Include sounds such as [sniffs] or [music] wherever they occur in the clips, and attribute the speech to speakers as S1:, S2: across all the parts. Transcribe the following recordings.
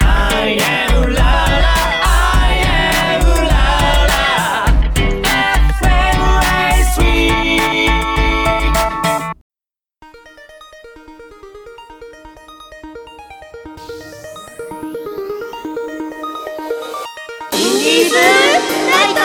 S1: I am la la, I am la la. FM
S2: インディーズナイト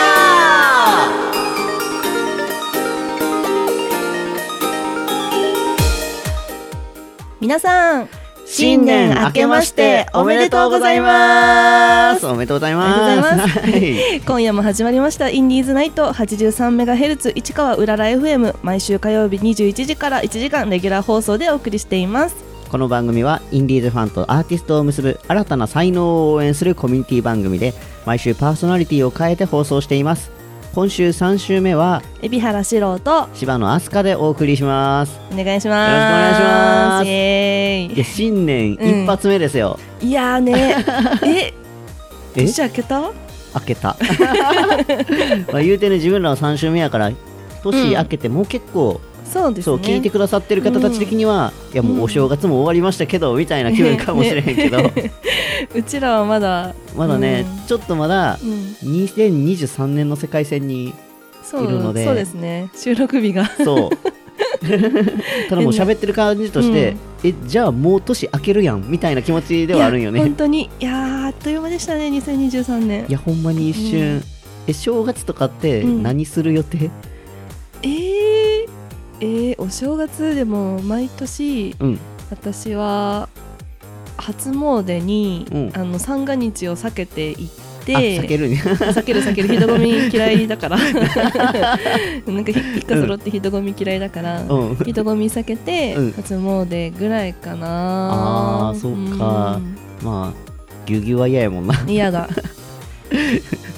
S3: 皆さん新年明けましておめでとうございます
S2: おめでとうござい
S3: ありがとうござい
S2: ま
S3: ます
S2: すはい
S3: 今夜も始まりましたインディーズナイト 83MHz 市川うらら FM 毎週火曜日21時から1時間レギュラー放送でお送りしています
S2: この番組はインディーズファンとアーティストを結ぶ新たな才能を応援するコミュニティ番組で毎週パーソナリティを変えて放送しています今週3週目は
S3: 海老原四郎とお
S2: 柴野飛鳥でお送りします
S3: 願いしますよろしくお
S2: 願いします
S3: イエ
S2: いや新年
S3: うん
S2: 一発目ですよ、
S3: ーイいやー [laughs] ねえ
S2: え
S3: 年明けた
S2: 開
S3: [laughs]
S2: けたまあ言うてね自分らは3週目やから年明けてもう結構、
S3: そうですね
S2: そう聞いてくださってる方たち的には、いやもうお正月も終わりましたけどみたいな気分かもしれへんけど、
S3: うちらはまだ
S2: [laughs] まだね、
S3: うん
S2: ちょっとまだ
S3: うん
S2: 2023年の世界線に
S3: そう
S2: いるので
S3: そうですね収録日が [laughs]
S2: そうただもう喋ってる感じとして、えじゃあもう年明けるやんみたいな気持ちではあるんよ
S3: いや
S2: ね
S3: 本当にいやーあっという間でしたね2023年
S2: いやほんまに一瞬、
S3: うん
S2: え正月とかって
S3: うん
S2: 何する予定
S3: えー、えー、お正月でも毎年
S2: うん
S3: 私は初詣に、
S2: うん
S3: あの三が日を避けて行っ
S2: あ避け
S3: て
S2: るね
S3: 避ける避ける人混み嫌いだからなんかひ一家揃って人混み嫌いだから、
S2: [laughs] うん
S3: 人混み避けて
S2: うん
S3: 初詣ぐらいかな
S2: あーそうかまあぎゅうぎゅうは嫌やもんな
S3: うん嫌だ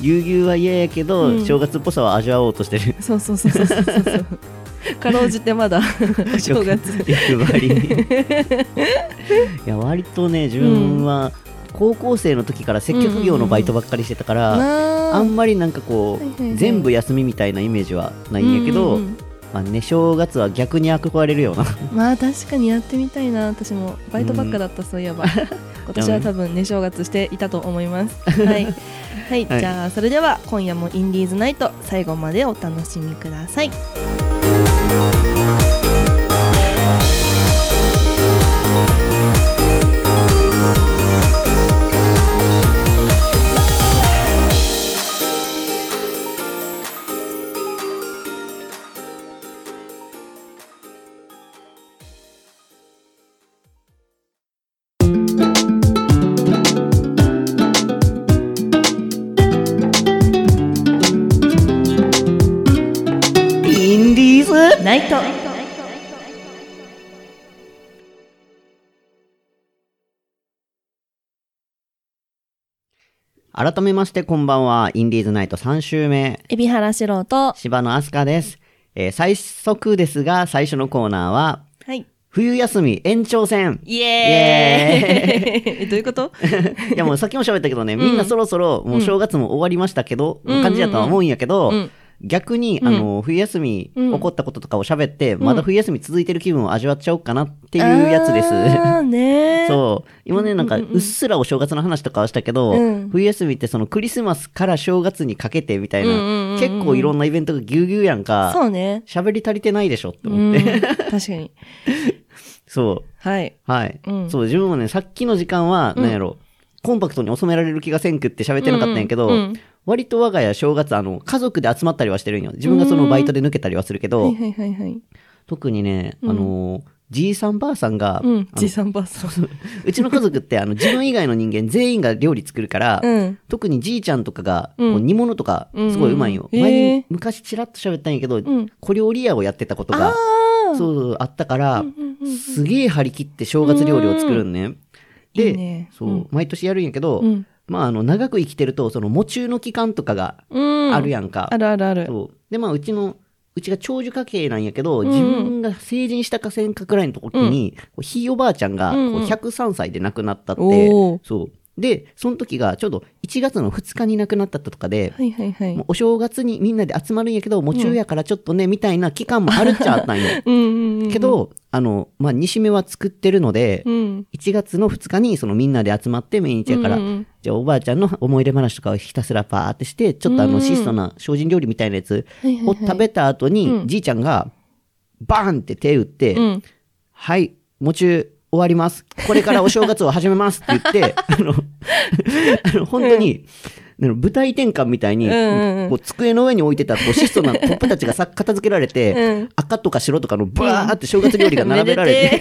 S2: ぎゅうぎゅうは嫌やけど、
S3: うん
S2: 正月っぽさは味わおうとしてる
S3: [laughs] そうそうそうそうそうそうそうかろうじてまだお [laughs] 正月
S2: [laughs] 欲張りにいや割とね自分は高校生の時から接客業のバイトばっかりしてたから、
S3: な
S2: あんまりなんかこう、
S3: はいはいはい
S2: 全部休みみたいなイメージはないんやけ
S3: うんうん
S2: ど、
S3: うん
S2: まあね、正月は逆に憧れるような [laughs]
S3: まあ確かにやってみたいな私もバイトばっかだった、そういえば [laughs] 今年は多分ね正月していたと思います
S2: [laughs]
S3: はい、はい、
S2: はい
S3: じゃあそれでは今夜もインディーズナイト最後までお楽しみください
S2: インディーズ
S3: ナイト
S2: 改めましてこんばんはインディーズナイト3週目
S3: 海老原四郎と
S2: 柴野飛鳥です、えー最速ですが最初のコーナーは
S3: はい
S2: 冬休み延
S3: [laughs]
S2: 長戦
S3: イエーイ [laughs] えどういうこと
S2: いやもうさっきも喋ったけどね、みんなそろそろもう正月も終わりましたけど、
S3: うん
S2: の感じだとは思うんやけど、
S3: うん
S2: 逆に、あの、冬休み、
S3: うん
S2: 起こったこととかを喋って、
S3: ん
S2: まだ冬休み続いてる気分を味わっちゃおうかなっていうやつです。
S3: あーねう
S2: [laughs] そう。今ね、なん
S3: う
S2: か、
S3: んうんうん
S2: うっすらお正月の話とかはしたけど、
S3: うん
S2: 冬休みってそのクリスマスから正月にかけてみたいな、
S3: うんうんうんうん
S2: 結構いろんなイベントがぎゅうぎゅうやんか、
S3: そうね
S2: 喋り足りてないでしょって
S3: うん
S2: 思って。
S3: 確かに
S2: [laughs] そう。
S3: はい
S2: はい、
S3: うん
S2: そう、自分もね、さっきの時間は、なんやろ、コンパクトに収められる気がせんくって喋ってなかったんやけど、
S3: うんうんうん
S2: 割と我が家正月、あの、家族で集まったりはしてるんよ。自分がそのバイトで抜けたりはするけ
S3: は
S2: ど
S3: い、はいはいはい
S2: 特にね、あのー、じいさんばあさん
S3: う
S2: が、あの
S3: んじいさんばあさん
S2: うちの家族って、あの、自分以外の人間全員が料理作るから、
S3: うん
S2: 特にじいちゃんとかが、
S3: うん
S2: こう煮物とか、
S3: うんうん
S2: すごいうまいんよ。
S3: へー
S2: 前に昔ちらっと喋ったんやけど、
S3: ん
S2: 小料理屋をやってたこと
S3: あ
S2: が、
S3: あ
S2: そうそうあったから、
S3: うんうん
S2: すげえ張り切って正月料理を作るんね。で
S3: いいね
S2: そう、
S3: うん
S2: 毎年やるんやけど、
S3: うん
S2: まあ、あの長く生きてるとその喪中の期間とかが
S3: うん
S2: あるやんか。
S3: あるあるある。
S2: そうでまあうちのうちが長寿家系なんやけど、
S3: んうん
S2: 自分が成人したかせんかくらいの時に、こうひいおばあちゃんがこ
S3: うんうん
S2: う103歳で亡くなったって、
S3: おー
S2: そうで、その時がちょうど1月の2日に亡くなったとかで、
S3: はいはいはい
S2: もうお正月にみんなで集まるんやけど、もう昼やからちょっとね、みたいな期間もあるっちゃあったんよ。
S3: うん [laughs] うんうん
S2: けど、あの、まあ、西目は作ってるので、
S3: うん
S2: 1月の2日にそのみんなで集まって毎日やから、
S3: うんうんうん
S2: じゃあおばあちゃんの思い出話とかをひたすらパーってして、ちょっとあの質素な精進料理みたいなやつ
S3: はいはいは
S2: を
S3: い
S2: 食べた後に、
S3: うん
S2: じいちゃんがバーンって手打って、
S3: うん
S2: はい、もちゅう終わります。これからお正月を始めますって言
S3: [laughs]
S2: って、あの、あの本当に、あの舞台転換みたいに、
S3: うんうんうん
S2: こう机の上に置いてたこう質素なコップたちがさ片付けられて、
S3: うん
S2: 赤とか白とかのバーって正月料理が並べられて、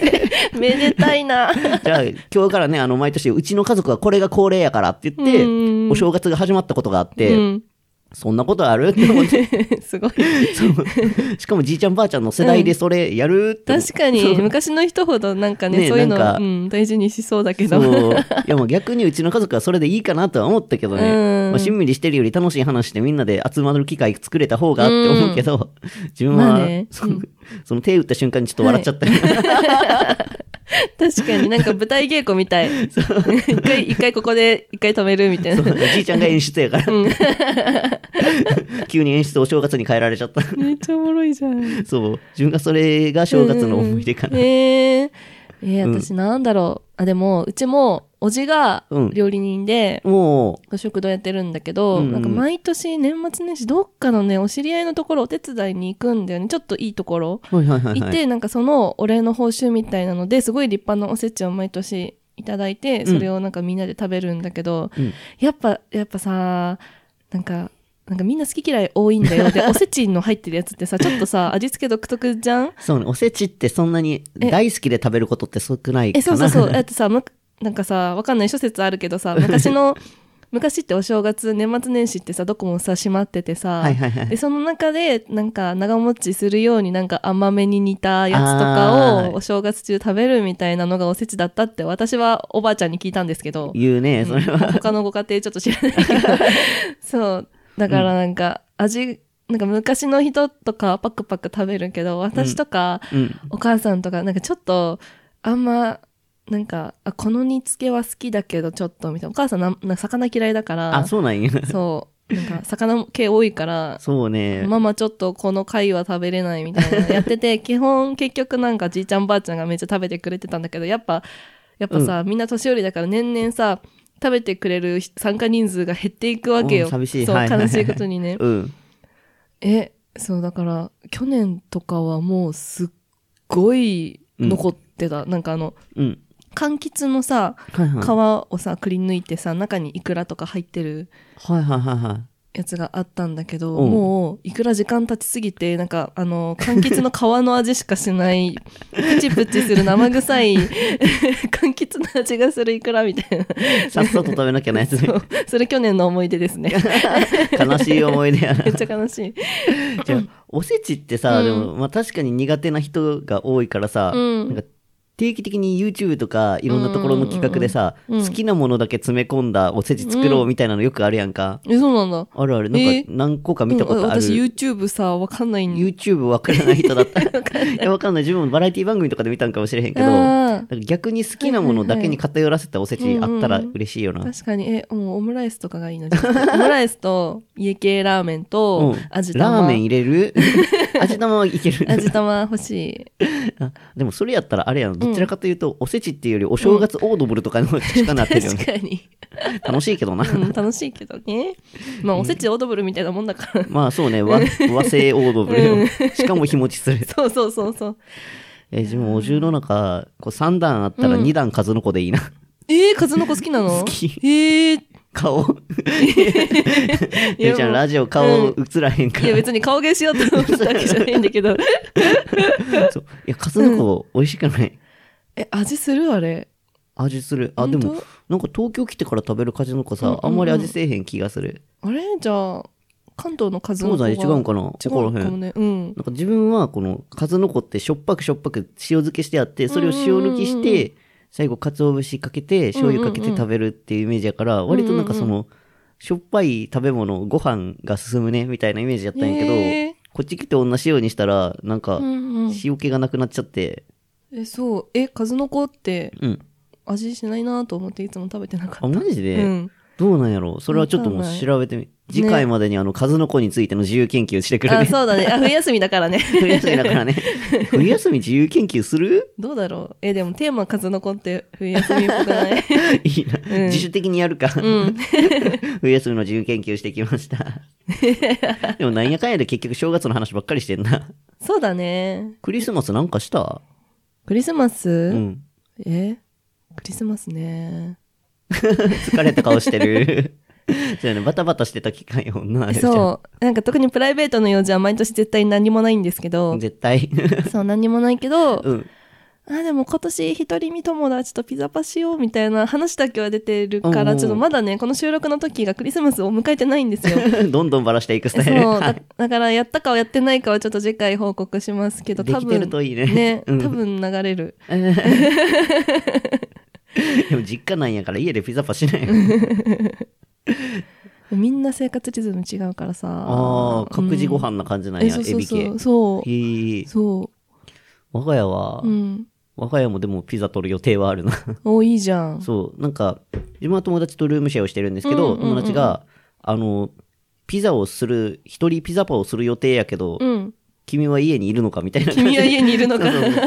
S2: [laughs]
S3: てめでたいな
S2: じゃあ今日からね、あの毎年うちの家族はこれが恒例やからって言って、
S3: うん
S2: お正月が始まったことがあって、
S3: うん、 [laughs]
S2: そんなことあるって思って、 [laughs]
S3: すごい
S2: そうしかもじいちゃんばあちゃんの世代でそれやるって思って
S3: 確かに昔の人ほどなんかね
S2: ね
S3: そういうの
S2: なんか
S3: うん、大事にしそうだけど
S2: そう。いやもう逆にうちの家族はそれでいいかなとは思ったけどね。
S3: うん
S2: まあ、しんみりしてるより楽しい話してみんなで集まる機会作れた方がって思うけど、自分は、
S3: まあね
S2: そうその手打った瞬間にちょっと笑っちゃった、
S3: [laughs] 確かになんか舞台稽古みたい一回一回ここで一回止めるみたい
S2: そ
S3: な
S2: うじいちゃんが演出やから。 [laughs] 急に演出お正月に変えられちゃった。
S3: めっちゃおもろいじゃん
S2: そう。自分がそれが正月の思い出か
S3: うん
S2: な。
S3: うんえーえー私なんだろう。あ、でも、うちも、おじが
S2: うん
S3: 料理人で、
S2: も
S3: 食堂やってるんだけど、
S2: うんうん
S3: なんか毎年年末年始どっかのね、お知り合いのところお手伝いに行くんだよね。ちょっといいところ。
S2: う、はいはいはい、
S3: 行
S2: は
S3: っ
S2: い。
S3: て、なんかそのお礼の報酬みたいなので、すごい立派なおせちを毎年いただいて、それをなんかみんなで食べるんだけど、
S2: うん
S3: やっぱ、やっぱさ、なんか、なんかみんな好き嫌い多いんだ
S2: [laughs]
S3: よ。で、おせちの入ってるやつってさ、ちょっとさ、味付け独特じゃん
S2: そうね。おせちってそんなに大好きで食べることって少ないかな。
S3: えそうそうそうだってさむなんかさわかんない諸説あるけどさ昔
S2: [laughs]
S3: の昔ってお正月年末年始ってさどこもさ閉まっててさ、
S2: [laughs] はいはいはい
S3: でその中でなんか長持ちするようになんか甘めに煮たやつとか
S2: あー
S3: をお正月中食べるみたいなのがおせちだったって私はおばあちゃんに聞いたんですけど
S2: 言うね、それは。
S3: 他のご家庭ちょっと知らないけどそうだからなんか味なんか昔の人とかパクパク食べるけど私とか、
S2: うん。
S3: お母さんとか、なんかちょっと、あんま、なんか、あ、この煮付けは好きだけど、ちょっと、みたいな。お母さんな、なんか魚嫌いだから、
S2: あ、そうな
S3: [laughs]
S2: んや。
S3: そうなんか、魚系多いから、
S2: そうね。
S3: ママちょっとこの貝は食べれないみたいなのやって
S2: [laughs]
S3: て、基本結局なんかじいちゃんばあちゃんがめっちゃ食べてくれてたんだけど、やっぱ、やっぱさ、みんな年寄りだから年々さ、食べてくれる参加人数が減っていくわけよ。
S2: うん寂しい
S3: そう、
S2: はいはいはい
S3: 悲しいことにね。
S2: [laughs] うん。
S3: えそうだから去年とかはもうすっごい残ってた、なんかあの
S2: うん。
S3: 柑橘のさ
S2: はいはい。
S3: 皮をさくり抜いてさ中にイクラとか入ってる
S2: はいはいはいはい。
S3: やつがあったんだけど、
S2: うん
S3: もういくら時間経ちすぎてなんかあの柑橘の皮の味しかしないプチプチする生臭い [laughs] 柑橘の味がするイクラみたいな [laughs]
S2: さっさと食べなきゃなやつね
S3: そうそれ去年の思い出ですね
S2: [laughs] 悲しい思い
S3: [laughs]
S2: 出やな
S3: め。っちゃ悲しい、
S2: じゃあおせちってさ、
S3: うん
S2: でも、まあ確かに苦手な人が多いからさ、
S3: うん
S2: なんか定期的に YouTube とかいろんなところの企画でさ、
S3: うんうんうんうん
S2: 好きなものだけ詰め込んだおせち作ろうみたいなのよくあるやんか。
S3: えそうなんだ
S2: あるある。なん
S3: え
S2: か何個か見たことあ
S3: うん私
S2: る。
S3: YouTube さわかんないんだ
S2: YouTube わからない人
S3: [laughs]
S2: だった。いや、わかんない。自分もバラエティ番組とかで見たんかもしれへんけど、
S3: あー
S2: なんか逆に好きなものだけに偏らせたおせちあったら嬉しいよな。
S3: 確かに、え、もうオムライスとかがいいのオムライスと、家系ラーメン
S2: う
S3: と
S2: ん、
S3: 味玉。
S2: ラーメン入れ
S3: [laughs]
S2: る味玉はいける。
S3: 味玉欲しい。
S2: [laughs] あでもそれやったらあれやん。どちらかというと、おせちっていうよりお正月オードブルとかのしかなってるよ
S3: 確
S2: ね。
S3: かに。
S2: 楽しいけどな。
S3: うん、楽しいけどね。まあ、おせちオードブルみたいなもんだから。
S2: まあそうね、和和製オードブルよ。しかも日持ちする。
S3: そうそうそうそう。
S2: え、自分お重の中、こう3段あったら2段数の子でいいな。
S3: えー、数の子 [laughs] 好きなの
S2: 好き
S3: えー、
S2: 顔。
S3: いや
S2: ゆうちゃ
S3: も
S2: ん
S3: う
S2: ラジオ顔映らへんか
S3: いや
S2: ら。
S3: 別に顔芸しようと思ったわけじゃないんだけど。
S2: そういや、数の子美味しくない。
S3: [laughs] え、味するあれ。
S2: 味する。あ、で
S3: 本当
S2: も、なんか東京来てから食べる数の
S3: う
S2: 子
S3: んうん
S2: さ
S3: う、ん
S2: あんまり味せえへん気がする。
S3: あれじゃあ、関東の数の
S2: 東
S3: 子は
S2: 西で違うんかな
S3: 違
S2: わ
S3: う
S2: からへ
S3: か
S2: ん
S3: も。ね。うん。
S2: なんか自分はこの数の子ってしょっぱくしょっぱく塩漬けしてあってそれを塩抜き
S3: う
S2: し
S3: んうんうんう
S2: て最後鰹節かけて醤油かけて食べるっていうイメージやから割となんかそのしょっぱい食べ物ご飯が進むねみたいなイメージやったんやけ
S3: へ
S2: どこっち来て同じようにしたらなんか
S3: うんうん。
S2: 塩気がなくなっちゃって
S3: え、そう。え、数の子って、
S2: うん
S3: 味しないなと思っていつも食べてなか
S2: あ、
S3: っ
S2: マ
S3: た。
S2: ジ
S3: [laughs]
S2: で、
S3: うん。
S2: どうなんやろうそれはちょっともう
S3: わかんない
S2: 調べてみ、次回までにあの、数の子についての自由研究してくれ
S3: あ、
S2: ね。
S3: そうだね。あ、冬休みだからね。
S2: [laughs] 冬休みだ
S3: [laughs]
S2: からね。冬休み自由研究する
S3: どうだろう。え、でもテーマ数の子って冬休みっぽくない
S2: いいな、
S3: ん
S2: 自主的にやるか。
S3: [laughs] うん。
S2: 冬休みの自由研究してき
S3: [laughs]
S2: ました。でもなんやかんやで結局正月の話ばっかりしてんな。
S3: そうだね。
S2: クリスマスなんかした
S3: クリスマス、
S2: うん。
S3: えクリスマスね。
S2: 疲れた顔してる。 [laughs] そうよね、バタバタしてた期間よな。あれじゃん
S3: そう。なんか特にプライベートの用事は毎年絶対何もないんですけど、
S2: 絶対。
S3: [laughs]
S2: [laughs]
S3: そう、何もないけど、
S2: うん。
S3: あ、でも今年一人見友達とピザパしようみたいな話だけは出てるか
S2: う
S3: ら、
S2: ん
S3: ちょっとまだね、この収録の時がクリスマスを迎えてないんです
S2: [laughs]
S3: よ。
S2: どんどんバラしていくスタイル。
S3: そう
S2: は
S3: だ
S2: い
S3: だからやったかやってないかはちょっと次回報告しますけど
S2: で
S3: 多
S2: きて
S3: 分
S2: るといいね。
S3: ね
S2: [laughs] うん
S3: 多分流れる、
S2: でも実家なんやから家でピザパしないよ。
S3: [laughs] みんな生活リズム違うからさ
S2: ああ、各自ご飯な感じ
S3: う
S2: なんん
S3: え
S2: や、
S3: そう
S2: エ
S3: そう
S2: ビ
S3: そ
S2: 系
S3: う。そ
S2: へえ
S3: うそ
S2: 我が家は、
S3: ううん
S2: 我が家もでもピザ取る予定はあるな。
S3: おいいじゃん
S2: そう、なんか、自分は友達とルームシェアをしてるんですけど、
S3: うんうんうん
S2: 友達が、あの、ピザをする、一人ピザパをする予定やけど、
S3: うん
S2: 君は家にいるのかみたいな感じで。
S3: 君は家にいるのか
S2: そうそうそう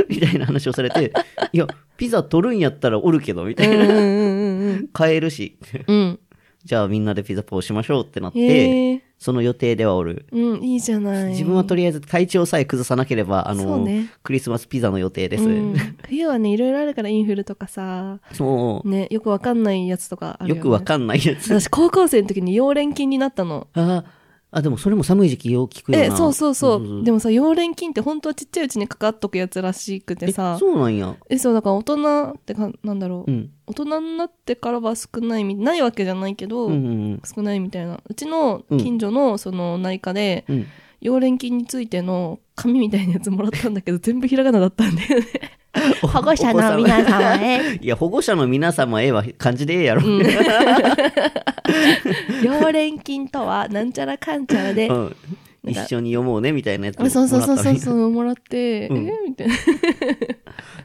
S2: [laughs] みたいな話をさ
S3: [laughs]
S2: れて、いや、ピザ取るんやったらおるけど、みたい
S3: うんう
S2: な。
S3: んうんうん
S2: 買えるし、 [laughs]
S3: うん
S2: じゃあみんなでピザパをしましょうってなって、
S3: へえ
S2: その予定ではおる。
S3: うんいいじゃない
S2: 自分はとりあえず体調さえ崩さなければ、あ
S3: そう
S2: の、
S3: ね
S2: クリスマスピザの予定です。
S3: うん冬はねいろいろあるからインフルとかさ
S2: [laughs] も
S3: ねよくわかんないやつとかあ
S2: う、
S3: るよ,、ね、
S2: よくわかんないやつ。
S3: 私高校生の時に溶連菌になったの
S2: [laughs] ああ、でもそれも寒い時期よう聞くよな。
S3: えそうそうそう
S2: そうそう
S3: でもさ溶連菌って本当はちっちゃいうちにかかっとくやつらしくてさ
S2: えそうなんや。
S3: えそうだから大人ってかなんだろう、
S2: うん。
S3: 大人になってからは少ないみないわけじゃないけど、
S2: うんうん
S3: 少ないみたいなうちの近所のその内科で
S2: うん。
S3: [laughs]
S2: うん。
S3: 溶連菌についての紙みたいなやつもらったんだけど全部ひらがなだったんだよね
S2: 保護者の皆様
S3: [laughs]
S2: へ。 [laughs] いや、保護者の皆様へは感じでええやろ。 [laughs] うん。
S3: 溶連菌とはなんちゃらかんちゃらでなん
S2: 一
S3: か
S2: 緒に読もうね、みたいなやつも
S3: あそうそうそう
S2: もらった
S3: そ
S2: の
S3: う
S2: に
S3: そうもらって、
S2: うん
S3: えみたいな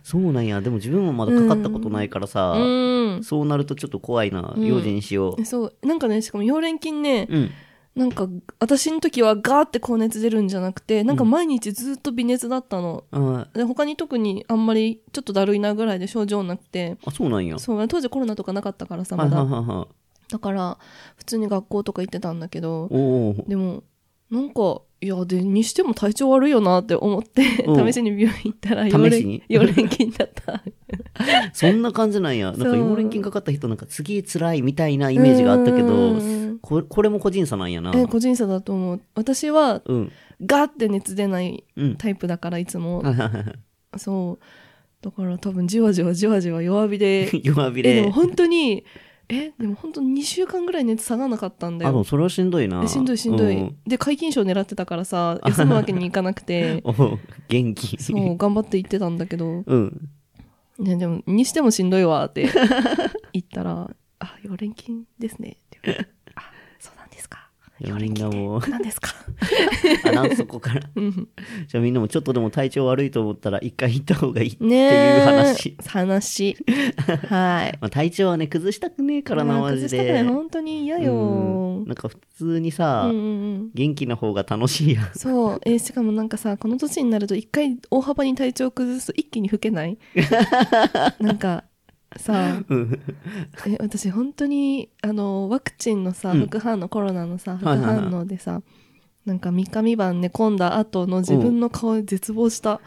S2: そうなんや。でも自分もまだかかったことないからさ、
S3: うん
S2: そうなるとちょっと怖いな。
S3: うん
S2: 用心しよ
S3: そうなんかねしかも溶連菌ね、
S2: う。うん。
S3: なんか、私の時はガーって高熱出るんじゃなくて、なんか毎日ずっと微熱だったの。
S2: あ
S3: で、他に特にあんまりちょっとだるいなぐらいで症状なくて。
S2: あ、そうなんや。
S3: そう、当時コロナとかなかったからさ、
S2: は
S3: ま
S2: いはい
S3: だ。
S2: はいはい。
S3: だから、普通に学校とか行ってたんだけど、
S2: おお。
S3: でも、なんか、いや、で、にしても体調悪いよなって思って、
S2: うん
S3: 試しに病院行ったら、
S2: 試しに
S3: 4連勤だった。
S2: そんな感じなんや。なんか、
S3: そう
S2: ヨーレン菌かかった人なんか次辛いみたい [laughs] なイメージがあったけど
S3: うん、
S2: ここれも個人差なんやな。
S3: え、個人差だと思う。私は、
S2: うん。
S3: ガーって熱出ない
S2: うん。 [laughs]
S3: タイプだから、いつも。
S2: はいはいはいはい
S3: そう。だから多分じわじわじわじわ弱火で。
S2: [laughs] 弱火
S3: え、で
S2: で
S3: も。本当に、え、でも本当に2週間ぐらい熱下がらなかったんだ
S2: あ、でも
S3: よ。
S2: それはしんどいな。
S3: えしんどいしんどい。
S2: うん
S3: で、皆勤賞狙ってたからさ、休むわけにいかなく
S2: [laughs]
S3: て、
S2: おう元気。
S3: そう、頑張って行ってたんだけど、
S2: [laughs] うん。
S3: ね、でも、にしてもしんどいわって
S2: [laughs]
S3: 言ったら、あ、4連勤ですね。って言われてあ、そうなんですか。
S2: いや
S3: 4連
S2: みんな
S3: 勤
S2: もう
S3: って何です
S2: [laughs]
S3: か。
S2: あらん、そこから。
S3: うん
S2: じゃあみんなもちょっとでも体調悪いと思ったら一回行った方がいいって
S3: ね
S2: いう
S3: え
S2: 話。。 [laughs]
S3: 話。はい。
S2: まあ、体調はね、崩したくねえから
S3: い
S2: な、
S3: や
S2: マジ
S3: 崩したくない
S2: で。
S3: 本当に嫌よ。
S2: うんなんか普通にさ、
S3: うんうんうん
S2: 元気な方が楽しいやん。
S3: そう、えーしかもなんかさこの年になると一回大幅に体調崩すと一気に老け
S2: [laughs]
S3: ないなんかさえ私本当にあのワクチンのさ
S2: うん
S3: 副反応、コロナのさ副
S2: はいはいはい
S3: 反応でさ、なんか3日三晩寝込んだ後の自分の顔に絶望した、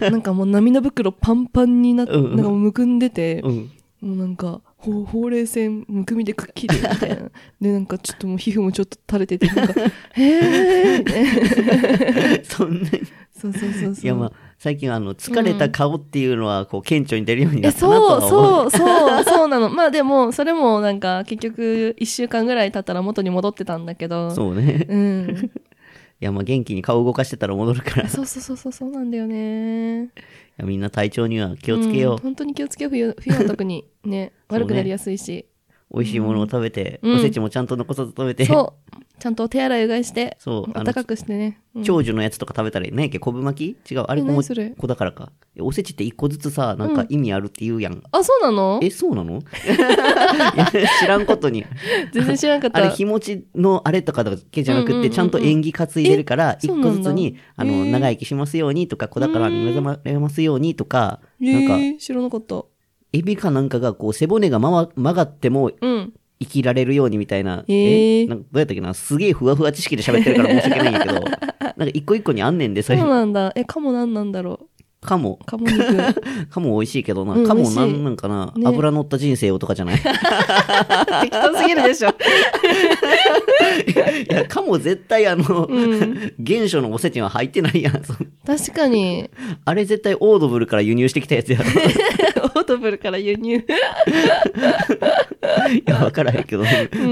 S3: [laughs] なんかもう涙袋パンパンになって、
S2: うんうん
S3: なんかもうむくんでて、
S2: うん。
S3: もうなんかほほうれい線むくみでくっきりみたいなでなんかちょっともう皮膚もちょっと垂れてて
S2: [laughs]
S3: なんか「へえ」みたいな
S2: そんなに。
S3: そうそうそうそう。
S2: いや、まあ、最近はあの、疲れた顔っていうのは、こう、顕著に出るようにな
S3: え、
S2: ったなと
S3: そう、
S2: は思う。
S3: そう、そう、そうなの。まあでも、それもなんか、結局、一週間ぐらい経ったら元に戻ってたんだけど。う。
S2: そうね。
S3: ん。
S2: いや、まあ、元気に顔動かしてたら戻るから。い
S3: そうそうそうそう、そうなんだよね。
S2: やみんな体調には気
S3: 気
S2: をつけよう。
S3: 本当に気をつけよう、冬、冬は特に。ね、
S2: [laughs] そうね
S3: 悪くなりやすいし。
S2: 美味しいものを食べて、
S3: うん
S2: おせちもちゃんと残さず食べて。
S3: そう。ちゃんとお手洗いうがいして、
S2: そうあの
S3: 暖かくしてね。うん
S2: 長寿のやつとか食べたらいいねけ昆布巻き違うあれ
S3: え
S2: も
S3: 何それ
S2: 子だからかえおせちって一個ずつさなんか意味あるって言うやん、
S3: あ、そうなの
S2: えそうなの [laughs] いや知らんことに
S3: 全然知らなかっ
S2: あ
S3: た。
S2: れ日持ちのあれとかだけじゃな
S3: うんうんう
S2: く
S3: んう
S2: て
S3: ん
S2: ちゃんと縁起担いでるから
S3: え
S2: 一個ずつに
S3: そ
S2: あ
S3: うなんだ
S2: の
S3: へー
S2: 長生きしますようにとか子宝に目覚まれますようにとか
S3: え
S2: なんか
S3: ー、知らなかった。
S2: エビかなんかがこう背骨がまわ曲がっても
S3: うん。
S2: 生きられるようにみたいな、
S3: へー
S2: なんかどうやったっけなすげえふわふわ知識で喋ってるから申し訳ないんやけ
S3: [laughs]
S2: どなんか一個一個にあんねんでそ
S3: そう
S2: れ
S3: なんだ。え、カモなんなんだろ
S2: カモ
S3: う。カモ肉。
S2: [laughs]
S3: 適
S2: カモ美味しいけどな、
S3: うん
S2: カ
S3: 美
S2: モ
S3: 味しい
S2: なんなんかな、
S3: ね
S2: 油乗った人生をと
S3: [laughs]
S2: かじゃないい
S3: 当すぎるで
S2: [laughs]
S3: しょ。
S2: やカモ絶対あの、
S3: うん [laughs]
S2: 原初のおせちには入ってないやんそう
S3: 確か
S2: [laughs]
S3: に、
S2: あれ絶対オードブルから輸入してきたやつやろ
S3: [laughs] オートブルから輸入。
S2: いや、わからへんけど、
S3: ん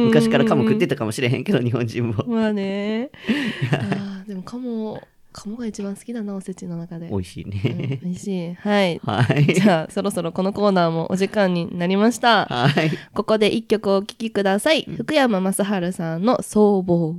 S2: 昔からカモ食ってたかもしれへんけど、日本人も。
S3: まあ
S2: [laughs]
S3: ね。あーでもカモ、カモが一番好きだな、おせちの中で。
S2: 美味しい
S3: うん
S2: ね。
S3: 美味しい。はい。
S2: はい。
S3: じゃあ、そろそろこのコーナーもお時間になりました。
S2: [laughs] はい。
S3: ここで一曲お聴きください。福山雅治さんの僧帽。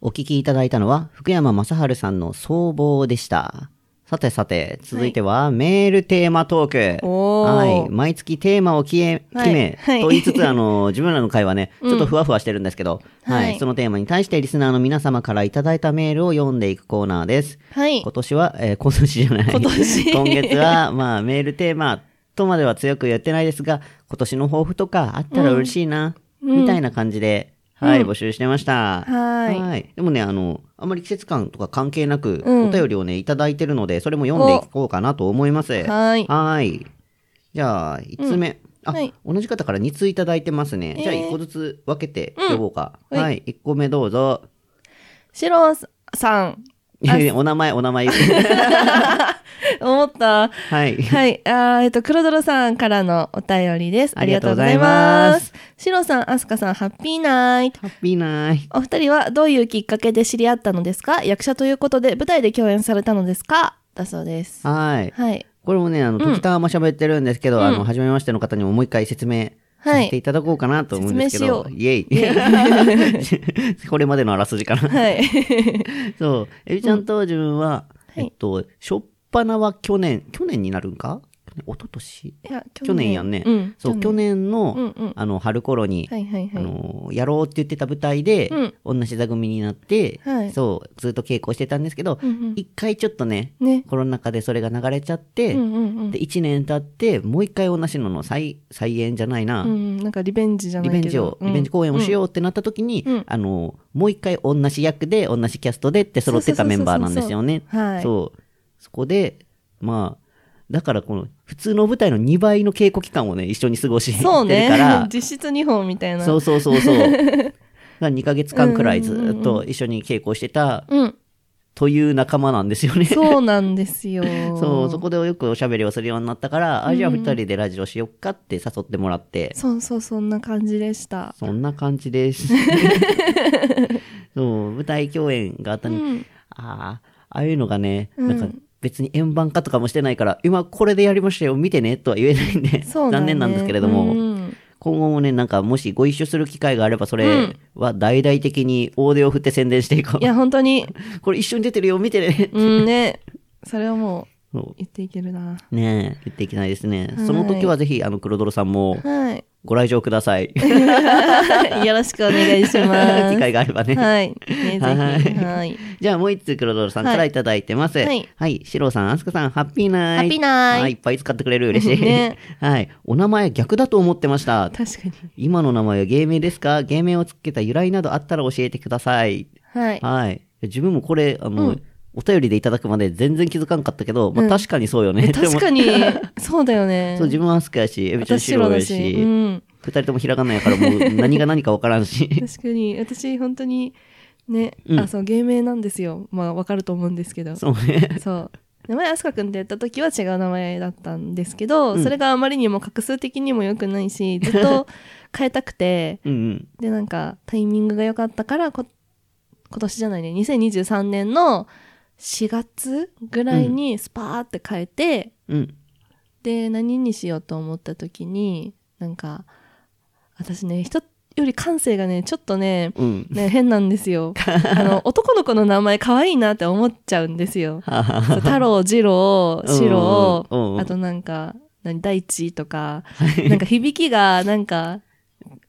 S2: お聞きいただいたのは、福山雅治さんの僧帽でした。さてさて、続いては、メールテーマトーク。
S3: お
S2: はい。毎月テーマを決め、
S3: はい
S2: 決め、
S3: はい
S2: と言いつつ、あ
S3: [laughs]
S2: の、自分らの会はね、ちょっとふわふわしてるんですけど、は
S3: はい
S2: い。そのテーマに対して、リスナーの皆様からいただいたメールを読んでいくコーナーです。
S3: はい。
S2: 今年は、えー今年じゃない。
S3: 今年
S2: [laughs] 今月は、まあ、メールテーマとまでは強く言ってないですが、今年の抱負とかあったら嬉しいな、みたいな感じで、はい、募集してました。
S3: はい
S2: でもね、あの、あんまり季節感とか関係なく、
S3: うん
S2: お便りをね、いただいてるので、それも読んでいこうかなと思います。
S3: はい。
S2: はい。じゃあ、1つ目。あ、
S3: はい
S2: 同じ方から2通いただいてますね。じゃあ、
S3: えー
S2: 1個ずつ分けて読もうか。
S3: うんは
S2: はいい、1個目どうぞ。
S3: シローさん、
S2: いやいや [laughs] お名前、お名前。
S3: [laughs]
S2: は
S3: 思った。
S2: い。 [laughs]
S3: はい。あーえっと、黒泥さんからのお便りです。あ
S2: あ
S3: り
S2: り
S3: が
S2: が
S3: と
S2: と
S3: うござ
S2: うござ
S3: い
S2: い
S3: ま
S2: ます
S3: す。シローさん、アスカさん、ハッピーナイト。
S2: ハッピーナイト。
S3: お二人はどういうきっかけで知り合ったのですか役者ということで舞台で共演されたのですかだそうです。
S2: はい。
S3: はい。
S2: これもね、あの、時たま喋ってるんですけど、あの、初めましての方にももう一回説明
S3: は
S2: さ
S3: い
S2: せていただこうかなと思うんですけど、
S3: 説明
S2: イエイ。 [laughs] これまでのあらすじか
S3: [laughs]
S2: な。
S3: はい。
S2: そう。エビちゃんと自分は、
S3: うんはい
S2: えっと、しょっぱなは去年、去年になるんか一昨年
S3: いや
S2: 去年やんね。
S3: うん。
S2: そう、去年の、
S3: うんうん
S2: あの、春頃に、
S3: はいはい
S2: あ
S3: はい。
S2: のやろうって言ってた舞台で、同じ座組になって、
S3: はい
S2: そう、ずっと稽古してたんですけど
S3: う、んうん
S2: 一、回ちょっとね、
S3: ね。
S2: コロナ禍でそれが流れちゃって、
S3: うんうんうん。
S2: で1年経ってもう一回同じのの再再演じゃないな、
S3: うん、なんかリベンジじゃな
S2: リ
S3: いけど
S2: ベンジを、リベンジ公演をしようってなった時に、
S3: うん
S2: あのもう一回同じ役で同じキャストでって揃っ
S3: そ
S2: てた
S3: うそうそうそう
S2: メンバーなんですよね。
S3: うんはい
S2: そうそこでまあだからこの普通の舞台の2倍の稽古期間をね一緒に過ごしてるか
S3: そうね
S2: ら
S3: [laughs] 実質2本みたいな
S2: そうそうそうそうが2ヶ月間くらいずっと一緒に稽古をしてた
S3: うん
S2: という仲間なんですよね。
S3: そうなんですよ
S2: [laughs] そう、そこでよくおしゃべりをするようになったから、あ、じゃあ二人でラジオしよっかって誘ってもらって、
S3: そうそうそんな感じでした
S2: そんな感
S3: [laughs]
S2: じです。そう、舞台共演があった
S3: う
S2: に、
S3: ん
S2: ああ、ああいうのがね、
S3: うん
S2: なんか別に円盤化とかもしてないから、今これでやりましたよ、見てね、とは言えないんで、
S3: そうだね
S2: 残念なんですけれども、
S3: うん
S2: 今後もね、なんかもしご一緒する機会があれば、それは大々的に大手を振って宣伝していこ。
S3: いうや本当に
S2: これ一緒に出てるよ、見てね。
S3: うんね [laughs] それはも
S2: そう
S3: う言っていけるな
S2: ねえ、言っていきないですね。
S3: はい
S2: その時はぜひ、あの、黒泥さんも、
S3: はい [laughs]
S2: ご来場ください。
S3: よろしくお願いしま
S2: [laughs] 機
S3: す
S2: 会があればね。
S3: はいねぜひはい
S2: じゃあもう一通黒泥さんからいただいてます。
S3: は
S2: はいい。はい。シローさん、アスカさん、ハッピーナイ
S3: ハッピーナイ
S2: はい。いっぱい使ってくれる。嬉しい。
S3: ね
S2: [laughs] はい。お名前逆だと思ってました。
S3: 確かに
S2: 今の名前は芸名ですか芸名をつけた由来などあったら教えてください。
S3: はい
S2: はい。自分もこれ、あ
S3: う
S2: の、
S3: ん
S2: お便りでいただくまで全然気づかんかったけど、ま
S3: う
S2: あ
S3: ん
S2: 確かにそうよね。
S3: え
S2: でも
S3: 確 [laughs] かにそうだよね
S2: そう、自分はアスカやし、エビちゃん
S3: 私
S2: シロ
S3: 白
S2: ー
S3: だ
S2: や
S3: し
S2: し、
S3: う
S2: 二、
S3: ん
S2: 人ともひらがなやからもう何が何かわからん
S3: [laughs]
S2: し。
S3: 確かに私本当にね、
S2: うん
S3: あそう芸名なんですよまあわかると思うんですけどそ
S2: そうね。
S3: う名前飛鳥くんって言った時は違う名前だったんですけど、
S2: うん
S3: それがあまりにも画数的にも良くないしずっと変えたくて
S2: うんうん。
S3: でなんかタイミングが良かったからこ今年じゃないね2023年の4月ぐらいにスパーって変えて、
S2: うん。
S3: で何にしようと思った時になんか私ねひとより感性がねちょっとね
S2: うん。
S3: ね変なんです
S2: [laughs]
S3: よあの男の子の名前可愛いなって思っちゃうんですよ
S2: [laughs] はは
S3: そう太郎次郎四郎
S2: うんうんうん
S3: あとなんか何大地とかなんか響きがなんか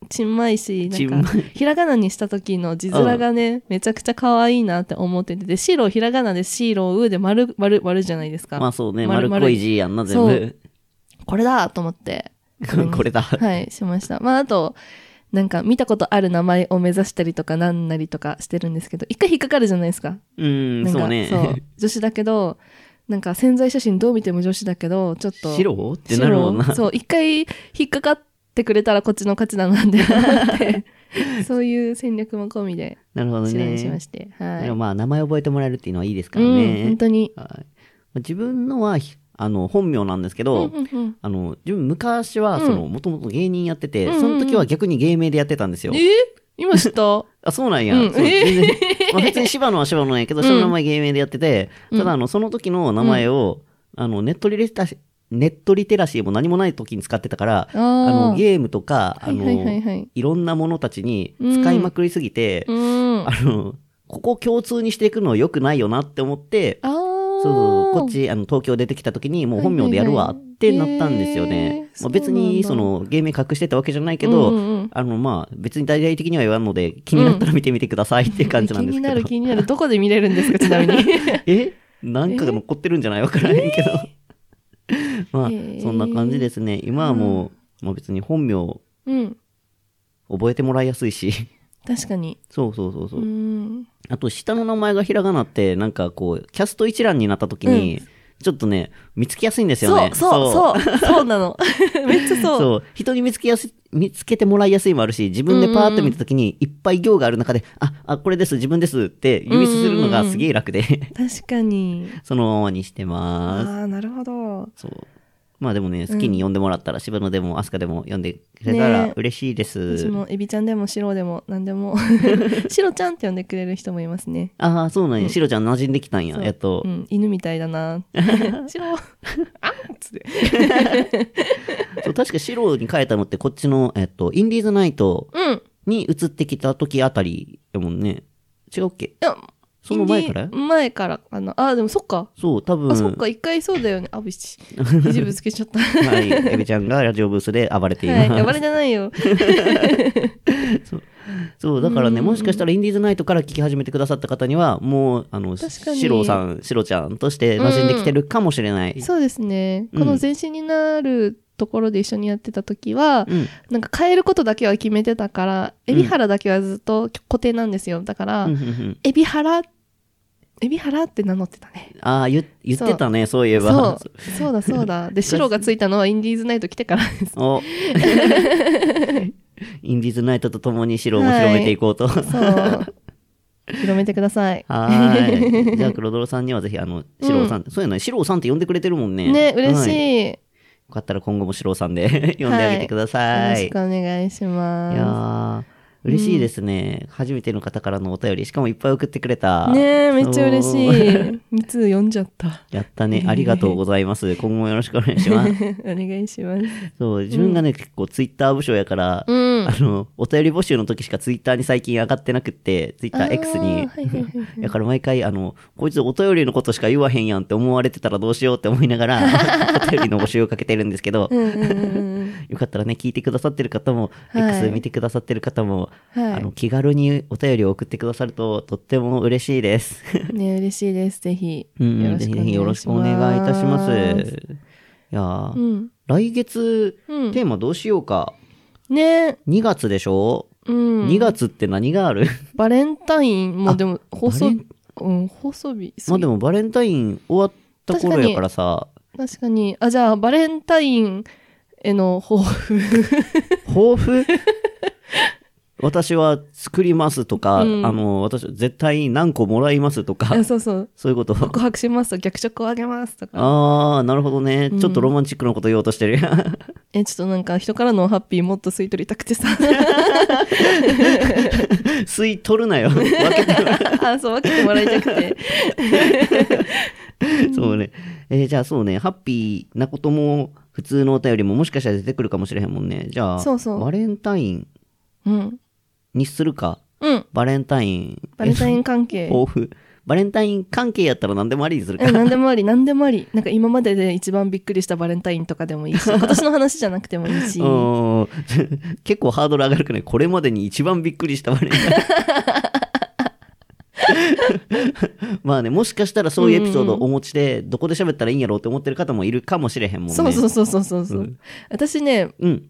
S3: ちんまいし
S2: ちん
S3: な
S2: ま
S3: んかひらがなにした時の字面がね、めちゃくちゃ可愛いなって思っててで白ひらがなで白うで丸丸丸じゃないですか、
S2: まあそうね、
S3: 丸
S2: 丸
S3: 々
S2: っこい字やんな、全部。
S3: これだと思ってう
S2: [laughs] これだ。
S3: はいしましたまああとなんか見たことある名前を目指したりとかなんなりとかしてるんですけど一回引っかかるじゃないですか
S2: うん
S3: な、んか
S2: そうね。
S3: 女子だけどなんか潜在写真どう見ても女子だけどちょっと
S2: 白ってなるもんな
S3: 白。そう一回引っかかってくれたらこっちの勝ちだなって思って
S2: [laughs]
S3: そういう戦略も込みで
S2: なるほど
S3: 白にしま
S2: ね。
S3: して、はい
S2: でもまあ、名前覚えてもらえるっていうのはいいですから
S3: うん
S2: ね
S3: 本。当に、
S2: はい自分のは、ひあの、本名なんですけ
S3: うん
S2: ど、
S3: うんうん、
S2: あの、自分昔は、その、もともと芸人やってて
S3: うんうん、うん
S2: その時は逆に芸名でやってたんですよ
S3: え。ー今知った
S2: [laughs] あ、そうなんや。
S3: うん
S2: そう全然まあ別に柴野は柴野なんやけど、その名前芸名でやってて、
S3: うん
S2: ただあの、その時の名前を、あの、ネットリテラシー、ネットリテラシーも何もない時に使ってたから、
S3: あ
S2: あ
S3: ー
S2: の、ゲームとか、あの、
S3: はいはいはい
S2: い
S3: はい
S2: ろんなものたちに使いまくりすぎて、
S3: うんあ
S2: あの、ここ共通にしていくの良くないよなって思って、
S3: あー
S2: そうそうそうこっち、あの、東京出てきた時にもう本名でやるわってなったんですよ
S3: はいはいはい
S2: ね
S3: へ。ー
S2: まあ、別に、
S3: そ
S2: そう
S3: なんだ
S2: の、芸名隠してたわけじゃないけど、
S3: うんうんうん
S2: あの、まあ、別に大々的には言わんので、気になったら見てみてくださいっていう感じなんです
S3: 気に
S2: け
S3: な
S2: ど
S3: る。気になるどこで見れるんですかちな
S2: [laughs]
S3: みに
S2: えなんかが残ってるんじゃないわからへんけど。 [laughs] まあ
S3: へー、
S2: そんな感じですね。今はもう、まあ別に本名
S3: うん
S2: 覚えてもらいやすいし。
S3: 確かに
S2: そうそうそうそうう。
S3: ん
S2: あと、下の名前がひらがなって、なんかこう、キャスト一覧になった時に、ちょっとね、見つけやすいんですよ
S3: そ
S2: ね
S3: う。そうそ
S2: う。
S3: うそうそうなの [laughs] めっちゃそう
S2: そう。人に見つけやす、見つけてもらいやすいもあるし、自分でパーッと見た時に、いっぱい行がある中で、あ、あ、これです、自分ですって、指するのがすげえ楽で、 [laughs]
S3: 確かに
S2: そのままにして
S3: あ
S2: ます。
S3: あーなるほど
S2: そう。まあでもね、好きに読んでもらったら、柴野でも飛鳥でも読んでくれた
S3: ね
S2: ら嬉しいで
S3: 私
S2: す。
S3: もエビちゃんでもシロでも何でも
S2: [laughs]
S3: シロちゃんって呼んでくれる人もいますね
S2: ああ、そうなんや。シロちゃん馴染んできたんや
S3: そ。う
S2: やっと
S3: う。ん、犬みたいだ
S2: [laughs]
S3: なシロあっつって
S2: そう確かシロに変えたのって、こっちの、えっと、インディーズナイト
S3: うんい
S2: に移ってきた時あたりやもんね。違うっけ
S3: や
S2: その前から
S3: インディ前からかなあーでもそっか、
S2: そう、多分。
S3: あそっか一回そうだよ
S2: [laughs]
S3: ねあぶし肘ぶつけちゃったは
S2: はい。エビちゃんがラジオブースで暴れています。
S3: い呼ばれじゃないよ
S2: そう、だからね、もしかしたらインディーズナイトから聞き始めてくださった方には、もう、あの、
S3: 確かに
S2: シロさん、シロちゃんとして馴染んできてるかもしれない。
S3: そうですね、
S2: うん
S3: この前身になるところで一緒にやってた時は、
S2: うん。
S3: なんか変えることだけは決めてたから海老原だけはずっと固定なんですよだから、
S2: うんうんうん
S3: エビハラ、エビハラって名乗ってたね。
S2: ああ、言言ってたね、そういえ
S3: そ
S2: ば
S3: う。、そうだそう
S2: [laughs]
S3: だ。で、白がついたのはインディーズナイト来てからです。 [laughs]
S2: おインディーズナイトとともに白も広めていこうと。は
S3: そう。広めてください。
S2: ー
S3: [laughs]
S2: い。じゃあ、黒泥さんにはぜひ、あの、白さん、そうやね、白さんって呼んでくれてるもんね。
S3: ね、嬉
S2: はい。よ
S3: しい。
S2: かったら今後も白さんで [laughs] 呼んであげてください。
S3: よろしくお願いし
S2: いや
S3: ま
S2: ー嬉しいですね、初めての方からのお便り、しかもいっぱい送ってくれた。
S3: す。ねえ、めっちゃ嬉し
S2: そう。
S3: い。 [laughs] 三つ読んじゃった。 [laughs]
S2: やったね。ありがとうございます。今後もよろしくお願いします。
S3: お願いします。
S2: そう、自分がね、結構ツイッター部署やから、
S3: うん。
S2: あの、お便り募集の時しかツイッターに最近上がってなくって、ツイッター X
S3: あ
S2: に
S3: ー。はいはいはいはい
S2: だから毎回、あの、こいつお便りのことしか言わへんやんって思われてたらどうしようって思いなが
S3: [laughs]
S2: ら、お便りの募集をかけてるんですけど、
S3: うんうんうん
S2: [laughs] よかったらね、聞いてくださってる方も、
S3: はい
S2: X 見てくださってる方も、
S3: はい
S2: あの、気軽にお便りを送ってくださると、とっても嬉しいです。
S3: うん。 [laughs] ね嬉しいです。ぜひ。
S2: うん
S3: よろ
S2: ぜ
S3: し
S2: ひ
S3: くお願い
S2: ぜひ
S3: します
S2: よろしくお願いいたします。いやー、
S3: うん。
S2: 来月、
S3: うん
S2: テーマどうしようか。
S3: ね
S2: 2月でしょ、
S3: う。
S2: うん ?2 月って何がある
S3: バレンタインもでも放送
S2: バレ
S3: 日
S2: ン、
S3: うん、放送日。
S2: まあでもバレンタイン終わった頃やからさ、
S3: 確かに。あ、じゃあ、バレンタインへの抱負。
S2: 抱負 [laughs] 私は作りますとか、
S3: うん
S2: あの、私絶対何個もらいますとか
S3: あ、 [laughs] そうそう。
S2: [laughs] そういうこと。
S3: 告白しますと逆チョコをあげますとか。
S2: ああ、なるほどね。
S3: うん
S2: ちょっとロマンチックなこと言おうとしてる。 [laughs]
S3: え、ちょっとなんか人からのハッピーもっと吸い取りたくて
S2: [laughs]
S3: さ。
S2: 吸い取るなよ。分けて
S3: [laughs] あ、そう、分けてもらいたく
S2: [laughs]
S3: て。
S2: そうね。えーじゃあそうね、ハッピーなことも、普通のお便りももしかしたら出てくるかもしれへんもんね。じゃあ、
S3: そうそう
S2: バレンタイン。
S3: うん。
S2: にするか、
S3: うん。
S2: バレンタイン、
S3: バレンタイン関係。
S2: 抱負。バレンタイン関係やったら何でもありにするか
S3: うん、。 [laughs] 何でもあり、何でもあり。なんか今までで一番びっくりしたバレンタインとかでもい
S2: [laughs]
S3: いし、今年の話じゃなくてもいいし。
S2: うん [laughs] 結構ハードル上がるくないこれまでに一番びっくりしたバレンタイン [laughs] まあねもしかしたらそういうエピソードをお持ちで、どこで喋ったらいいんやろうって思ってる方もいるかもしれへんもんね
S3: そうそうそうそうそうそう、私ね、
S2: うん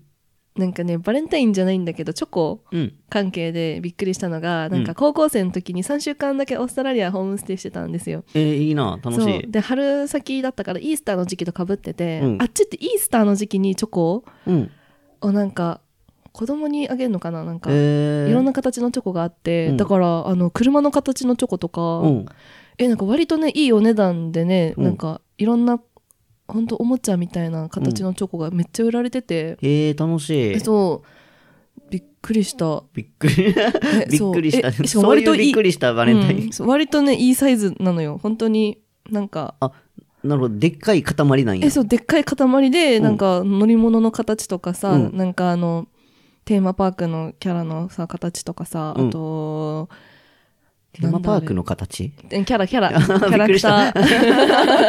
S3: なんかね、バレンタインじゃないんだけど、チョコ
S2: うん
S3: 関係でびっくりしたのが、なん
S2: う
S3: か
S2: ん
S3: 高校生の時に3週間だけオーストラリアホームステイしてたんですよ。
S2: えーいいな楽し
S3: そ。
S2: いう
S3: で、春先だったからイースターの時期とかぶってて、
S2: うん
S3: あっちってイースターの時期にチョコ
S2: うん
S3: をなんか、子供にあげるのかななんか、
S2: えー
S3: いろんな形のチョコがあって、
S2: うん
S3: だから、あの、車の形のチョコとか、
S2: うん
S3: えなんか割とねいいお値段でね、
S2: うん
S3: なんかいろんなほんとおもちゃみたいな形のチョコがめっちゃ売られてて、
S2: えー楽し
S3: え
S2: い
S3: そうびっくりした
S2: びっくり
S3: え
S2: びっくりした
S3: そうえしかも
S2: そう
S3: 割
S2: いう
S3: と
S2: び
S3: い
S2: っ
S3: い
S2: くりしたバレンタイン、
S3: うんそう割とねいいサイズなのよ本当になんか
S2: なるほどでっかい塊なんや
S3: えそうでっかい塊で
S2: うん
S3: なんか乗り物の形とかさ、
S2: うん
S3: なんかあのテーマパークのキャラのさ形とかさ、
S2: うん
S3: あと
S2: テーマパークの形
S3: えキャラキャ
S2: [laughs]
S3: ラキャラクタ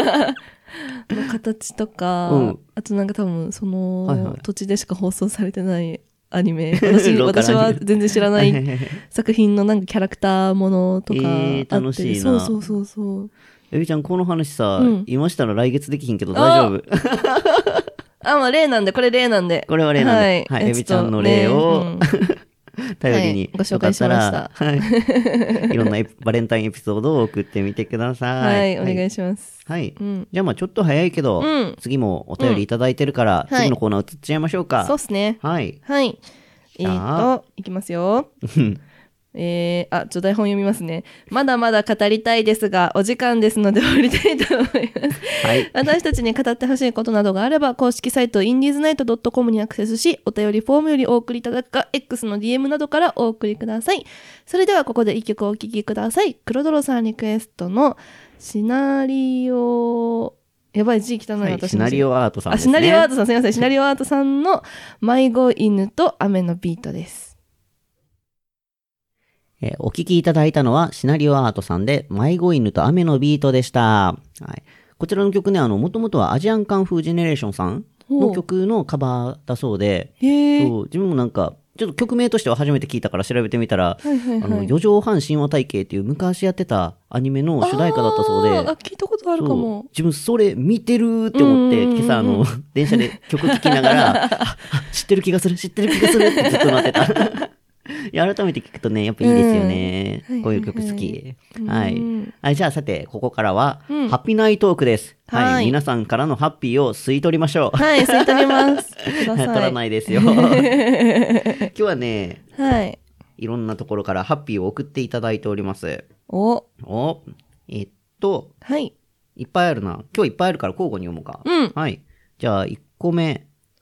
S3: ーの形とか、
S2: うん
S3: あとなんか多分そ
S2: はいは
S3: の
S2: い
S3: 土地でしか放送されてないアニメ
S2: [laughs] ローカル
S3: 私
S2: アニ
S3: 私
S2: メ
S3: は全然知らない作品のなんかキャラクターものとか
S2: えー
S3: あって
S2: 楽しいな
S3: そうそうそうそう
S2: エビちゃんこの話さ、
S3: うん
S2: 今したら来月できひんけど大丈夫
S3: あまあ例なんでこれ例なんで
S2: これは例なんではい
S3: え
S2: エビちゃんの例を
S3: ちょっとね
S2: 頼りに、
S3: はいご紹介しました
S2: よかったら、はい、いろんなエピバレンタインエピソードを送ってみてくだ
S3: うん
S2: さ
S3: はいいお願
S2: [laughs] はい
S3: いします
S2: はい
S3: うん
S2: じゃあまあちょっと早いけど、
S3: うん
S2: 次もお便りいただいてるから、
S3: うんはい
S2: 次のコーナー移っちゃいましょうか、
S3: そうっすね
S2: はい
S3: はいえ
S2: ゃ
S3: ー、といきますよ
S2: うん
S3: えー、あ、ちょ、台本読みますね。まだまだ語りたいですが、お時間ですので終わりたいと思いま
S2: [laughs]
S3: す。
S2: はい
S3: 私たちに語ってほしいことなどがあれば、公式サイト indiesnight.com にアクセスし、お便りフォームよりお送りいただくか、X の DM などからお送りください。それではここで一曲お聴きください。黒泥さんリクエストのシナリオ、やばい字汚い、
S2: はい
S3: 私
S2: シナリ
S3: オ
S2: オアートさん
S3: あ、
S2: です、
S3: シ
S2: ね、
S3: ナリオアートさん、すみません。シナリオアートさんの迷子犬と雨のビートです。
S2: えーお聞きいただいたのはシナリオアートさんで迷子犬と雨のビートでした。はい。こちらの曲ね、あの、もともとはアジアンカンフージェネレーションさんの曲のカバーだそうで、
S3: へー
S2: そう、自分もなんか、ちょっと曲名としては初めて聞いたから調べてみたら、
S3: はいはいはい
S2: あの、四畳半神話体系っていう昔やってたアニメの主題歌だったそうで、
S3: あーあ聞いたことあるか
S2: そう
S3: も。
S2: 自分それ見てるって思って、
S3: うんうんうんうん
S2: 今朝
S3: [laughs]
S2: あの、電車で曲聴きながら、ああ知ってる気がする、知ってる気がするってずっとなってた。 [laughs] いや改めて聞くとね、やっぱいいですよね。
S3: うん
S2: こういう曲好き。
S3: は
S2: は
S3: はいは
S2: い
S3: い
S2: い
S3: うん。
S2: はい、じゃあさて、ここからは、
S3: うん
S2: ハッピーナイトークです。はい、
S3: はい
S2: 皆さんからのハッピーを吸い取りましょ
S3: [laughs]
S2: う。
S3: はい、吸い取ります。取。
S2: [laughs] 取らないいで
S3: [laughs]
S2: すよ。今日はね、
S3: はい。
S2: いろんなところからハッピーを送っていただいております。
S3: お、
S2: お、えっと、
S3: はい。
S2: いっぱいあるな。今日いっぱいあるから交互に読もうか。
S3: うん
S2: はい。じゃあ、1個目。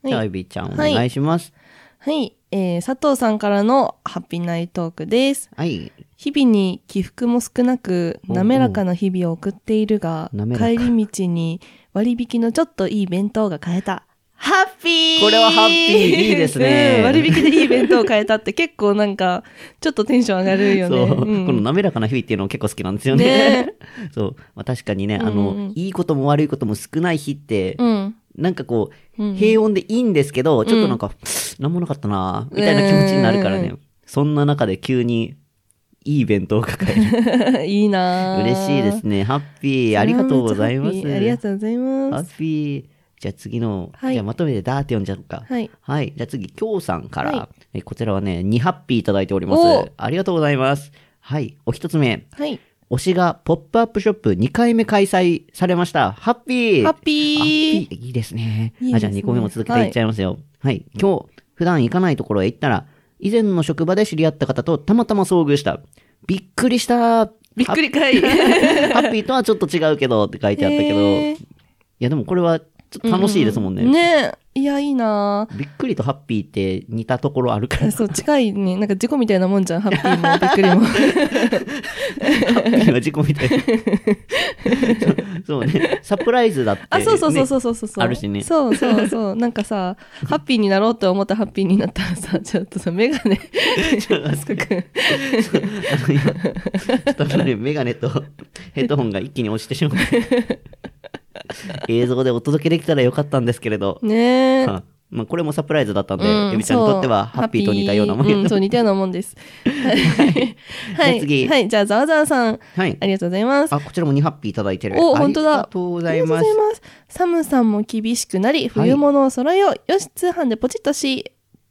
S3: はい
S2: じゃあ、エビちゃんお
S3: はい
S2: 願いします。
S3: はい。えー、佐藤さんからのハッピーナイトークです。
S2: はい。
S3: 日々に起伏も少なく、
S2: おう
S3: 滑らかな日々を送っているが
S2: 滑、らか
S3: 帰り道に割引のちょっといい弁当が買えた。ハッピー
S2: これはハッピーいいですね
S3: うん割引でいい弁当を買えたって結構なんか、ちょっとテンション上がるよ
S2: そ
S3: ね。
S2: う、
S3: うん
S2: この滑らかな日々っていうの結構好きなんですよね。
S3: ね
S2: [laughs] そう。まあ、確かにね、あ
S3: うんうん
S2: の、いいことも悪いことも少ない日って、
S3: うん。
S2: なんかこう、
S3: うん
S2: 平穏でいいんですけど、ちょっとなんか、 [sniffs] なんもなかったなみたいな気持ちになるからね。そんな中で急に、いい弁当を抱え
S3: [laughs]
S2: る。
S3: いいなぁ
S2: 嬉しいですね。ハッピー。ありがとうございます。
S3: めっちゃハッピーありがとうございま
S2: ハ
S3: す。
S2: ッピー。じゃあ次の、
S3: はい
S2: じゃあまとめてダーって読んじゃおうか。
S3: はい。
S2: じゃあ次、きょうさんから、
S3: は
S2: えこちらはね、2ハッピーいただいておりま
S3: お
S2: す。ありがとうございます。はい。お一つ目。
S3: はい。
S2: 推しがポップアップショップ2回目開催されました。ハッピー
S3: ハッピー
S2: ハッいいですね。
S3: いいですね
S2: あじゃあ2個目も続けていっちゃいますよ。はい、今日、普段行かないところへ行ったら、以前の職場で知り合った方とたまたま遭遇した。びっくりした
S3: びっくりかい。
S2: ハッピーとはちょっと違うけどって書いてあったけど、
S3: へー
S2: いやでもこれはちょっと楽しいですもんね。
S3: ねえいや、いいな
S2: びっくりとハッピーって似たところあるか
S3: ぁ [laughs]
S2: ら、
S3: そう、近いね。なんか事故みたいなもんじゃん。ハッピーもびっくりも。
S2: [laughs] ハッピーは事故みたい
S3: [laughs]
S2: な。そうそうね。サプライズだって、ね。
S3: あ、そうそうそうそうそうそう、
S2: あるしね
S3: そうそうそう。なんかさ、ハッピーになろうと思ったらハッピーになったらさ、ちょっとさ、メガネ、
S2: あの今ちょっとね、メガネとヘッドホンが一気に落ちてしまう。映像でお届けできたらよかったんですけれど、
S3: ねえ。
S2: あまあ、これもサプライズだったんで、
S3: う
S2: エビちゃんにとってはハッピーと似たようなもん
S3: で
S2: や
S3: うん、
S2: と
S3: そう、似たようなもんです。
S2: [laughs]
S3: はい。は
S2: ゃあ
S3: い。
S2: 次
S3: はい。じゃあ、ざわざわさん。
S2: [laughs] はい
S3: あ。りがとうございます。
S2: あ、こちらも2ハッピーいただいてる。
S3: お本当だ
S2: ありがとうございま
S3: ありがと
S2: す。
S3: うございます。寒さも厳しくなり、冬物を揃えよう。よし、通販でポチッとし、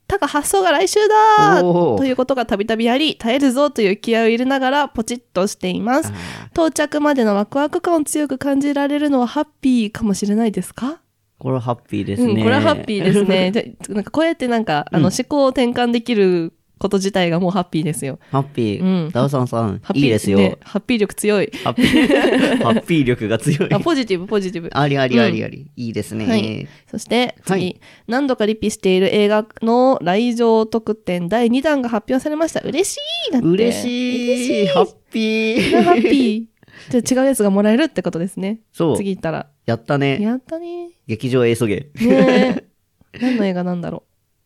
S3: たか発送が来週だ
S2: おー
S3: ということがたびたびあり、耐えるぞという気合を入れながらポチッとしています。到着までのワクワク感を強く感じられるのはハッピーかもしれないですか
S2: これはハッピーですね。
S3: うん、これはハッピーです
S2: [laughs]
S3: ね。でなんかこうやってなんか、あの思考を転換できること自体がもうハッピーですよ。
S2: ハッピー。
S3: うん
S2: ダウさんさん
S3: ハッ、ピー
S2: いいですよ。
S3: ねハッピー力強い。
S2: ハッピー、 [laughs] ハッピー力が強い。
S3: あ、ポジティブ、ポジティブ。
S2: ありありありあり。いいですね。
S3: はいそして次、
S2: はい
S3: 何度かリピしている映画の来場特典第2弾が発表されました。嬉しいだって。
S2: 嬉
S3: 嬉
S2: しい。
S3: し
S2: [laughs]
S3: い。
S2: ハッピ
S3: [laughs]
S2: ー。
S3: ハッピー。じゃあ違うやつがもらえるってことですね。
S2: そう。
S3: 次行ったら。
S2: やったね。
S3: やった
S2: [laughs]
S3: ね。
S2: 劇場へ急げ。
S3: ねえ何の映画なんだろ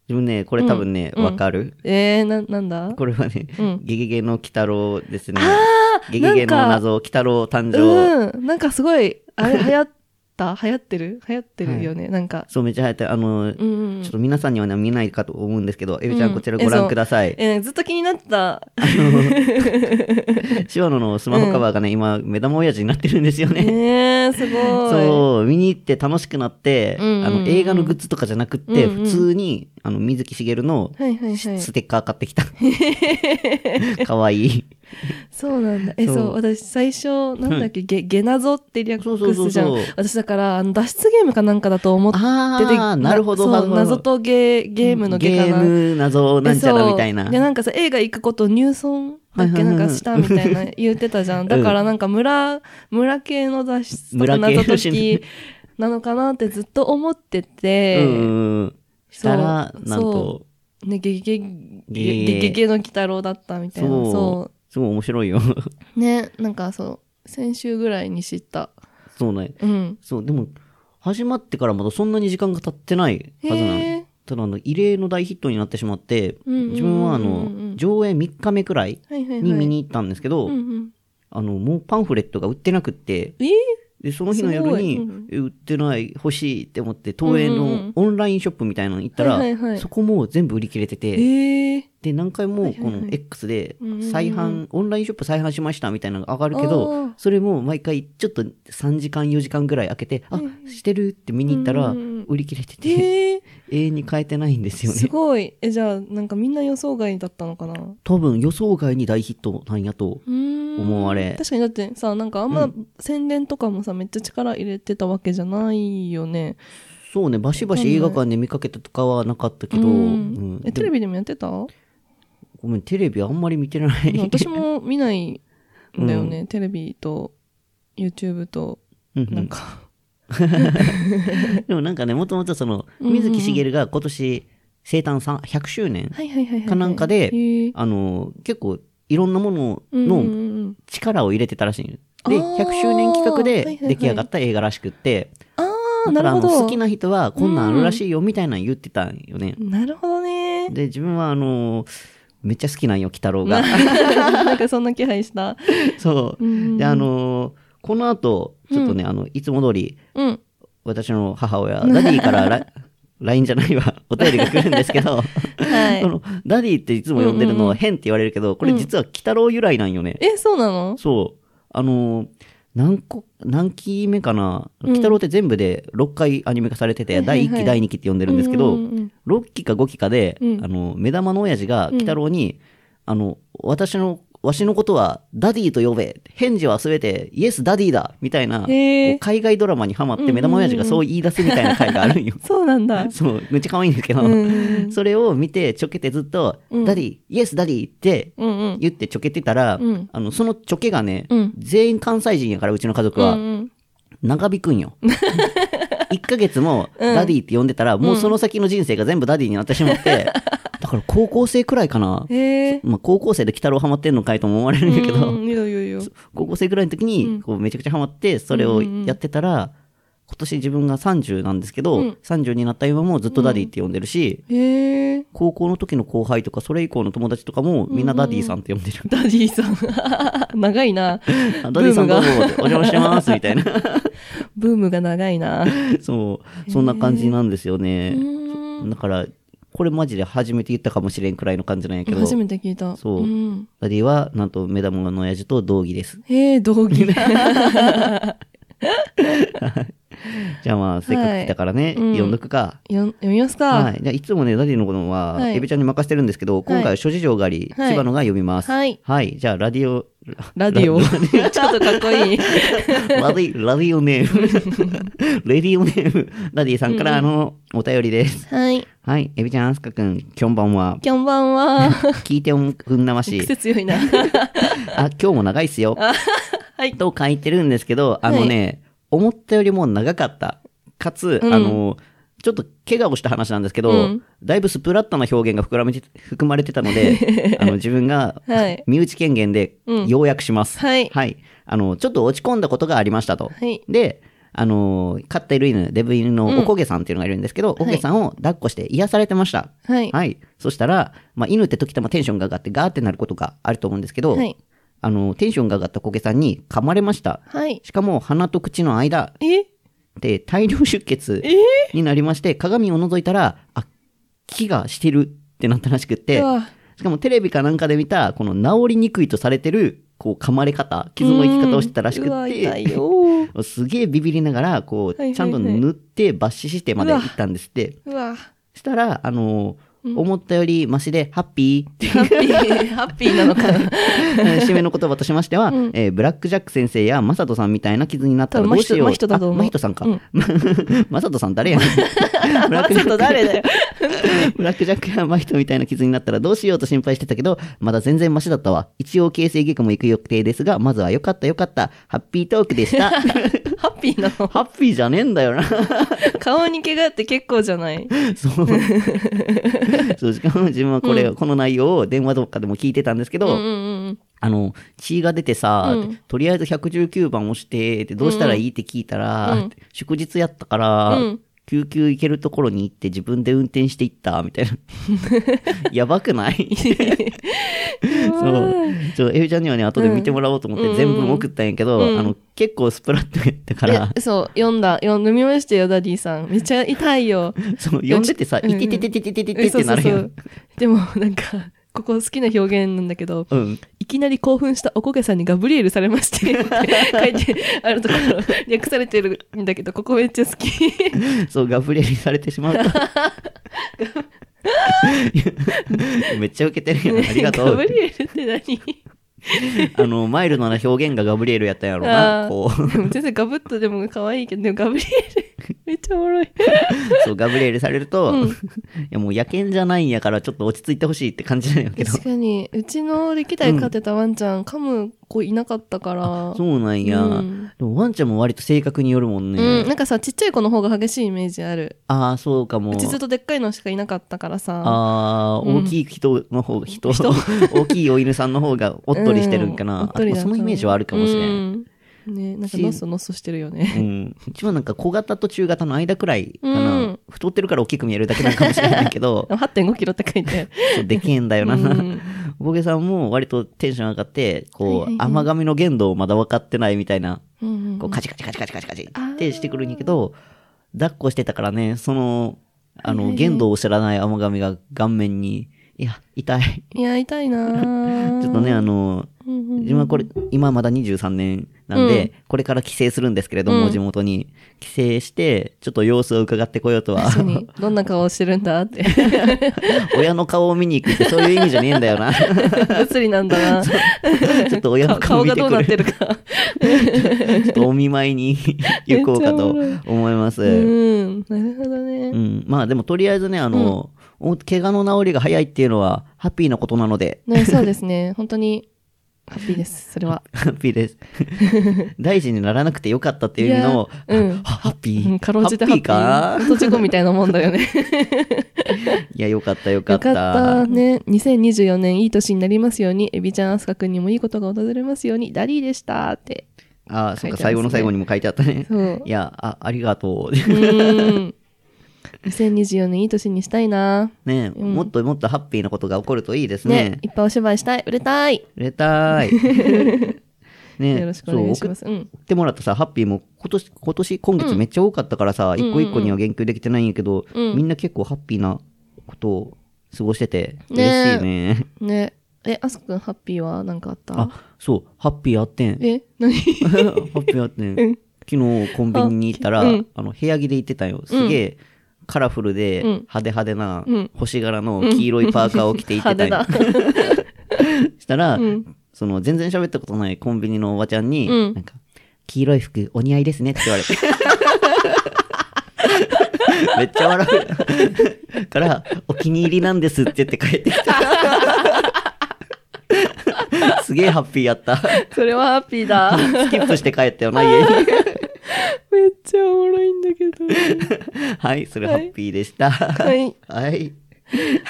S2: 自分ね、これ多分ね、
S3: うん
S2: わかる。
S3: う。えー、な、なんだ
S2: これはね
S3: うん、
S2: ゲゲゲの鬼太郎ですね。
S3: あー
S2: ゲゲゲの
S3: なんか
S2: 謎、鬼太郎誕生。
S3: うん。なんかすごい、あれ流行った流行ってる流行ってるよね。なんか。
S2: そう、めっちゃ流行って、あの、
S3: うんうんうん
S2: ちょっと皆さんにはね見えないかと思うんですけど、エビちゃ
S3: うん
S2: んこちらご覧ください。
S3: えーずっと気になってた。
S2: 塩野のスマホカバーがね、今、目玉親父になってるんですよね。
S3: ねえ、すごい。
S2: そう、見に行って楽しくなって、
S3: うんうんうん
S2: あの、映画のグッズとかじゃなくって、
S3: うんうん
S2: 普通に、あの、水木しげるの
S3: はいはいはい。
S2: ステッカー買って
S3: [laughs]
S2: きた。かわいい。
S3: そうなんだ。え、そう、
S2: そう
S3: 私最初、なんだっけ、ゲ、ゲナゾってリア
S2: そ
S3: ク
S2: うそうそ
S3: ス
S2: う
S3: じ
S2: そ
S3: ゃ。
S2: うん
S3: 私だから、あの、脱出ゲームかなんかだと思ってて、
S2: あーなるほどな
S3: そ
S2: る
S3: う、
S2: ほど
S3: 謎とゲー、ゲームのゲ
S2: ゲ
S3: かな。
S2: ーム謎なんちゃらみたい
S3: え
S2: な
S3: そう。で、なんかさ、映画行くこと入村だっけ、
S2: はいはいはい
S3: なんかしたみたいな言ってたじゃん。だからなんか村、村系の脱出とか
S2: 村系
S3: 謎解
S2: の
S3: きなのかなってずっと思ってて、
S2: うん。したら、
S3: そう
S2: なんと
S3: そ、ね、ゲゲゲ、ゲゲゲゲの鬼太郎だったみたい
S2: そ
S3: な。
S2: う、
S3: そう
S2: すごい面白いよ。 [laughs]
S3: ねなんかそう先週ぐらいに知った
S2: そうね。
S3: うん
S2: そう、でも、始まってからまだそんなに時間が経ってないはず
S3: へ
S2: なの
S3: え。
S2: ただあの、異例の大ヒットになってしまって、
S3: うんうんうんうんうん
S2: 自分はあの、上映3日目くらい
S3: はいはいはい
S2: に見に行ったんですけど、
S3: うんうん
S2: あの、もうパンフレットが売ってなくって、
S3: え
S2: で、その日の夜に、
S3: すごいうん
S2: え売ってない、欲しいって思って、東映
S3: うんうんうん
S2: のオンラインショップみたいなの行ったら、
S3: はいはいはい
S2: そこも全部売り切れてて、 [laughs]
S3: ええ
S2: で、何回もこ
S3: はいはい
S2: の
S3: はい
S2: X で
S3: うんうんうん
S2: 再販、オンラインショップ再販しましたみたいなのが上がるけ
S3: あー
S2: ど、それも毎回ちょっと3時間4時間ぐらい空けて、あ、してるって見に行ったら
S3: うんうんうん、
S2: 売り切れてて、
S3: ええ
S2: 永遠に買えてないんですよ
S3: す
S2: ね。
S3: ごいえじゃあなんかみんな予想外だったのかなう
S2: 多分予想外に大ヒットなんやと。
S3: ーん
S2: 思われ
S3: 確かにだってさなんかあんま宣伝とかもさ、めっちゃ力入れてたわけじゃないよね
S2: そうね、バシバシ映画館で見かけたとかはなかったけど、うん
S3: えテレビでもやってた。
S2: [laughs] ごめん、テレビあんまり見てない
S3: 私も見ないんだよね、テレビと YouTube と
S2: うんう
S3: なん
S2: ん
S3: か、
S2: でもなんかね、もともとその、
S3: んうんうん
S2: 水木しげるが今年生誕さん100周年、
S3: はいはいはいはいはい
S2: かなんかで
S3: へえ
S2: あの、結構いろんなもの
S3: うんうん
S2: の
S3: うんうん
S2: 力を入れてたらしいの
S3: あ
S2: で、
S3: ー
S2: 100周年企画
S3: はいはい
S2: で
S3: はい
S2: 出来上がった映画らしくって、
S3: ああ
S2: だ
S3: な
S2: か
S3: る
S2: らあ
S3: ほ
S2: の
S3: ど
S2: 好きな人はこんなんあるらしいよみたいなの言ってたんよね。
S3: なるほどね。
S2: で、自分はあの、めっちゃ好きなんよ、鬼太郎が。
S3: なん [laughs] かそんな気配した。
S2: そう。で、あの、この後、ちょっとね、あの、いつも通り、
S3: うん。
S2: 私の母親、ダディか
S3: [laughs]
S2: らラ LINE じゃないわ、お便りが来るんですけど、
S3: はい
S2: そのダディっていつも呼んでるのは変って言われるけど、これ実は鬼太郎由来なんよね。
S3: え、そうなの
S2: そう。あのー何個、何期目かな鬼太郎って全部で6回アニメ化されてて、
S3: はいはいはい
S2: 第1期、第2期って呼んでるんですけど、
S3: うんうんうん
S2: 6期か5期かで、
S3: うん
S2: あの、目玉の親父が鬼太郎に、あの、私の、わしのことはダディと呼べ、返事はすべてイエスダディだみたいな、こ
S3: へー
S2: う海外ドラマにハマって目玉親父がそう言い出すみたいな回があるんよ。
S3: [laughs] そうなんだ。
S2: そう、めっちゃ可愛いんですけど、
S3: うんうん
S2: それを見てちょけてずっと、ダディ、イエスダディって
S3: うんうん。
S2: 言ってちょけてたら、
S3: うん
S2: あのそのちょけがね、
S3: うん
S2: 全員関西人やからうちの家族
S3: う
S2: は
S3: ん
S2: [laughs] 長引くんよ。 1ヶ月もダディって呼んでたら、もうその先の人生が全部ダディになってしま [laughs] って、だから高校生くらいかな。
S3: へえ。
S2: まあ、高校生で鬼太郎ハマってんのかいとも思われるんだけど、
S3: うん、いやいやいや。
S2: 高校生くらいの時にこうめちゃくちゃハマってそれをやってたら、今年自分が30なんですけど、30になった今もずっとダディって呼んでるし、
S3: へえ。
S2: 高校の時の後輩とかそれ以降の友達とかもみんなダディさんって呼んでる、
S3: ダディさん。 [laughs] 長いな。
S2: あダディさん
S3: ブ
S2: ど
S3: ー
S2: う
S3: ム
S2: も
S3: が
S2: お邪魔してますみたいな [laughs]
S3: ブームが長いな。
S2: そうそんな感じなんですよね、
S3: うん
S2: だからこれマジで初めて言ったかもしれんくらいの感じなんやけど
S3: 初めて聞いた。
S2: そうんダディはなんと目玉の親父と同義です
S3: へえ、同
S2: [laughs]
S3: 義。
S2: じゃあまあせっかく来たからね、
S3: うん
S2: 呼んどくか、
S3: よ読みますか。
S2: は。
S3: はい
S2: じゃあいつもね、ラディのことは、
S3: はい
S2: エビちゃんに任せてるんですけど、今回は諸事情があり、
S3: はい
S2: 千葉のが呼びます。
S3: はい
S2: じゃあ、ラディオ、 [laughs]
S3: ラディオ。 [laughs] ちょっとかっこいい。
S2: ラディ、ラディオネーム。 [laughs] レディオネーム、ラディさんからのお便りです。
S3: はい。
S2: はい。エビちゃん、アスカくん、きょんばんは。
S3: こんばんは。
S2: 聞いておくんなまし。
S3: 癖強
S2: [laughs]
S3: いな。
S2: あ、今日も長いっすよ。
S3: はい。
S2: と書いてるんですけど、あのね、思ったよりも長かった。かつ、
S3: うん
S2: あの、ちょっと怪我をした話なんですけど、
S3: うん
S2: だいぶスプラッタな表現が含まれて含まれてた
S3: [laughs]
S2: ので、あの自分が
S3: はい
S2: 身内権限で
S3: うん
S2: 要約します。
S3: はい
S2: あの、ちょっと落ち込んだことがありましたと。
S3: はい
S2: で、あの、飼っている犬、デブ犬のおこげさんっていうのがいるんですけど、おこげさんを抱っこして癒されてました。
S3: はい。
S2: そしたら、まあ、犬って時たまテンションが上がってガーってなることがあると思うんですけど、
S3: はい
S2: あの、テンションが上がったこげさんに噛まれました。
S3: はい。
S2: しかも鼻と口の間
S3: え
S2: で大量出血になりまして、鏡を覗いたら、あ、気がしてるってなったらしくって
S3: う、わ
S2: しかもテレビかなんかで見た、この治りにくいとされてる、こう噛まれ方、傷の生き方をしてたらしく
S3: うわ、
S2: って、
S3: 痛い
S2: [laughs]
S3: よ。
S2: すげえビビりながら、こ、
S3: はいうはい
S2: ちゃんと塗って抜歯してまで行ったんですって。
S3: うわ。
S2: したら、あのー思ったよりマシで、ハッピーって
S3: ハッピ
S2: [laughs]
S3: ー、ハッピーなのかな。
S2: 締めの言葉としましては、えーブラック・ジャック先生やマサトさんみたいな傷になったらどうしよう。
S3: 多分真人真人だと思う
S2: あ真人さんか。
S3: うん
S2: [laughs] マサトさん誰やねん。
S3: [laughs]
S2: ブラ
S3: マ
S2: ックジ
S3: サ
S2: ャック
S3: ト誰だよ。
S2: ブラック・ジャックや真人みたいな傷になったらどうしようと心配してたけど、まだ全然マシだったわ。一応形成外科も行く予定ですが、まずはよかったよかった。ハッピートークで
S3: [laughs]
S2: した。
S3: ハッピーなの。
S2: ハッピーじゃねえんだよな。
S3: 顔に怪我って結構じゃない。
S2: そう。そう、しかも自分はこれ、この内容を電話とかでも聞いてたんですけど、
S3: うんうん
S2: あの、血が出てさ、ってとりあえず119番押して、ってどうしたらいいって聞いたら、って祝日やったから、
S3: うん
S2: 救急行けるところに行って自分で運転して行った、みたい [laughs] な。やばくないそう。ちょ、エビちゃんにはね、後で見てもらおうと思って全部送ったんやけど、あの、結構スプラッとやったか
S3: うん。
S2: ら、
S3: えそう、読んだ。読ん読みましたよ、ダディさん。めっちゃ痛い
S2: [laughs]
S3: よ。
S2: その、呼んでてさ、いててててててててってなるや
S3: うんん。でも、なんか、ここ好きな表現なんだけど、
S2: うん。
S3: いきなり興奮したおこげさんにガブリエルされましてって書いてあるところ、略されてるんだけど、ここめっちゃ好き。
S2: そう、ガブリエルにされてし
S3: [laughs]
S2: まうと。めっちゃウケてるやん。ありがと
S3: ガ
S2: う
S3: ブ。リエルって何
S2: あの、マイルドな表現がガブリエルやったんやろうな。
S3: あー
S2: こう、
S3: でも全然ガブッとでも可愛いけど、でもガブリエル、めっちゃおもろい。
S2: そう、ガブリエルされると、いや、もう野犬じゃないんやから、ちょっと落ち着いてほしいって感じなんやけど。
S3: 確かに、うちの歴代飼ってたワンちゃん、噛む子いなかったから。
S2: そうなんや。
S3: うん
S2: でも、ワンちゃんも割と性格によるもんね。
S3: うん、なんかさ、ちっちゃい子の方が激しいイメージある。
S2: ああ、そうかも
S3: う。ちずっとでっかいのしかいなかったからさ。
S2: ああ、
S3: うん
S2: 大きい人の方が、人、 [laughs] 大きいお犬さんの方がおっとりしてるんか
S3: うお
S2: な
S3: っ。
S2: あ
S3: とりだ
S2: そのイメージはあるかもしれ
S3: う
S2: ん。
S3: んね、なんかのっそのっそしてるよね。
S2: うん、一番なんか小型と中型の間くらいかな、
S3: うん
S2: 太ってるから大きく見えるだけなのかもしれないけど
S3: [laughs] 8.5キロって書いて
S2: そうでけえんだよ
S3: あ
S2: な、
S3: る。うん
S2: おぼげさんも割とテンション上がってこう、
S3: はいはいはい
S2: 甘噛みの限度をまだ分かってないみたいな
S3: うん
S2: こうカチカチカチカチカチカチ
S3: あー
S2: ってしてくるんやけど抱っこしてたからねそのあ
S3: はい
S2: の
S3: はい
S2: 限度を知らない甘噛みが顔面にいや痛い
S3: いや、痛いな
S2: [laughs] ち
S3: ち
S2: ょっとねあの [laughs] 自分はこれ、今まだ23年なんで、
S3: うん
S2: これから帰省するんですけれども、
S3: うん
S2: 地元に。帰省して、ちょっと様子を伺ってこようとは
S3: 確、かに、どんな顔してるんだって。
S2: [laughs] 親の顔を見に行くってそういう意味じゃねえんだ
S3: [laughs]
S2: よな。ち
S3: 物理なん
S2: [laughs]
S3: だな。
S2: ょっと親の
S3: 顔
S2: 顔
S3: 顔
S2: 見
S3: が
S2: てく
S3: どう
S2: る。
S3: なってるか。
S2: ちょっとお見舞いに行こうかと思います。
S3: う。
S2: うん
S3: なるほどね。
S2: まあでもとりあえずね、あの、お怪我の治りが早いっていうのはハッピーなことなので、
S3: ねそうですね。本当に、ハッピーです、それは。
S2: ハッピ
S3: [laughs]
S2: ーです。大事にならなくてよかったっていうのを、
S3: いやうん
S2: あハッピ
S3: うん
S2: ー。
S3: かろうじてハッ
S2: ハッ
S3: ピ
S2: ピ
S3: ー
S2: ーか
S3: とちこみたいなもんだよね。
S2: いや、よかったよか
S3: よ
S2: った。
S3: かったね。2024年いい年になりますように、エビちゃん、アスカ君にもいいことが訪れますように、ダリーでしたって。
S2: あー、そ
S3: 書いてあ
S2: っか、
S3: りますね
S2: 最後の最後にも書いてあったね。
S3: そう
S2: いや、あ、ありがと
S3: う
S2: う。 [laughs]
S3: ーん。2024年いい年にしたいな。
S2: ね、
S3: ん
S2: もっともっとハッピーなことが起こるといいです
S3: ね
S2: ね。
S3: いっぱいお芝居したい。売れたい。
S2: 売れた
S3: [laughs]
S2: ーい。ね、
S3: よろしくお願いします。
S2: そうう送
S3: ん。
S2: ってもらったさ、ハッピーも今年、今年、今月めっちゃ多かったからさ、一、個一個には言及できてないんやけど、
S3: うん
S2: みんな結構ハッピーなことを過ごしてて、嬉
S3: ね
S2: しいね。
S3: ね。え、アスカ君、ハッピーは何かあった
S2: あ、そう、ハッピーあってん。
S3: え、何
S2: [laughs] ハッピーあってん。昨日コンビニに行ったら、
S3: あ
S2: あ,、
S3: うん
S2: の、部屋着で行ってたんよ。すげえ、カラフルで、
S3: うん
S2: 派手派手な
S3: うん、
S2: 星柄の黄色いパーカーを着て行って
S3: 派
S2: たん
S3: 手
S2: よ
S3: だ。
S2: [laughs] したら、
S3: ん
S2: その全然喋ったことないコンビニのおばちゃんに、
S3: うん
S2: なんか、黄色い服お似合いですねって言
S3: [laughs]
S2: われて。めっちゃ笑う。から、お気に入りなんですって言って帰って
S3: [laughs]
S2: きた。すげえハッピー
S3: [laughs]
S2: やった。ス
S3: それはハッピーだ。
S2: [laughs] キップして帰ったよな、家に。
S3: めっちゃおもろいんだけど。。
S2: [laughs] はい、それハッピーでした。はいはい。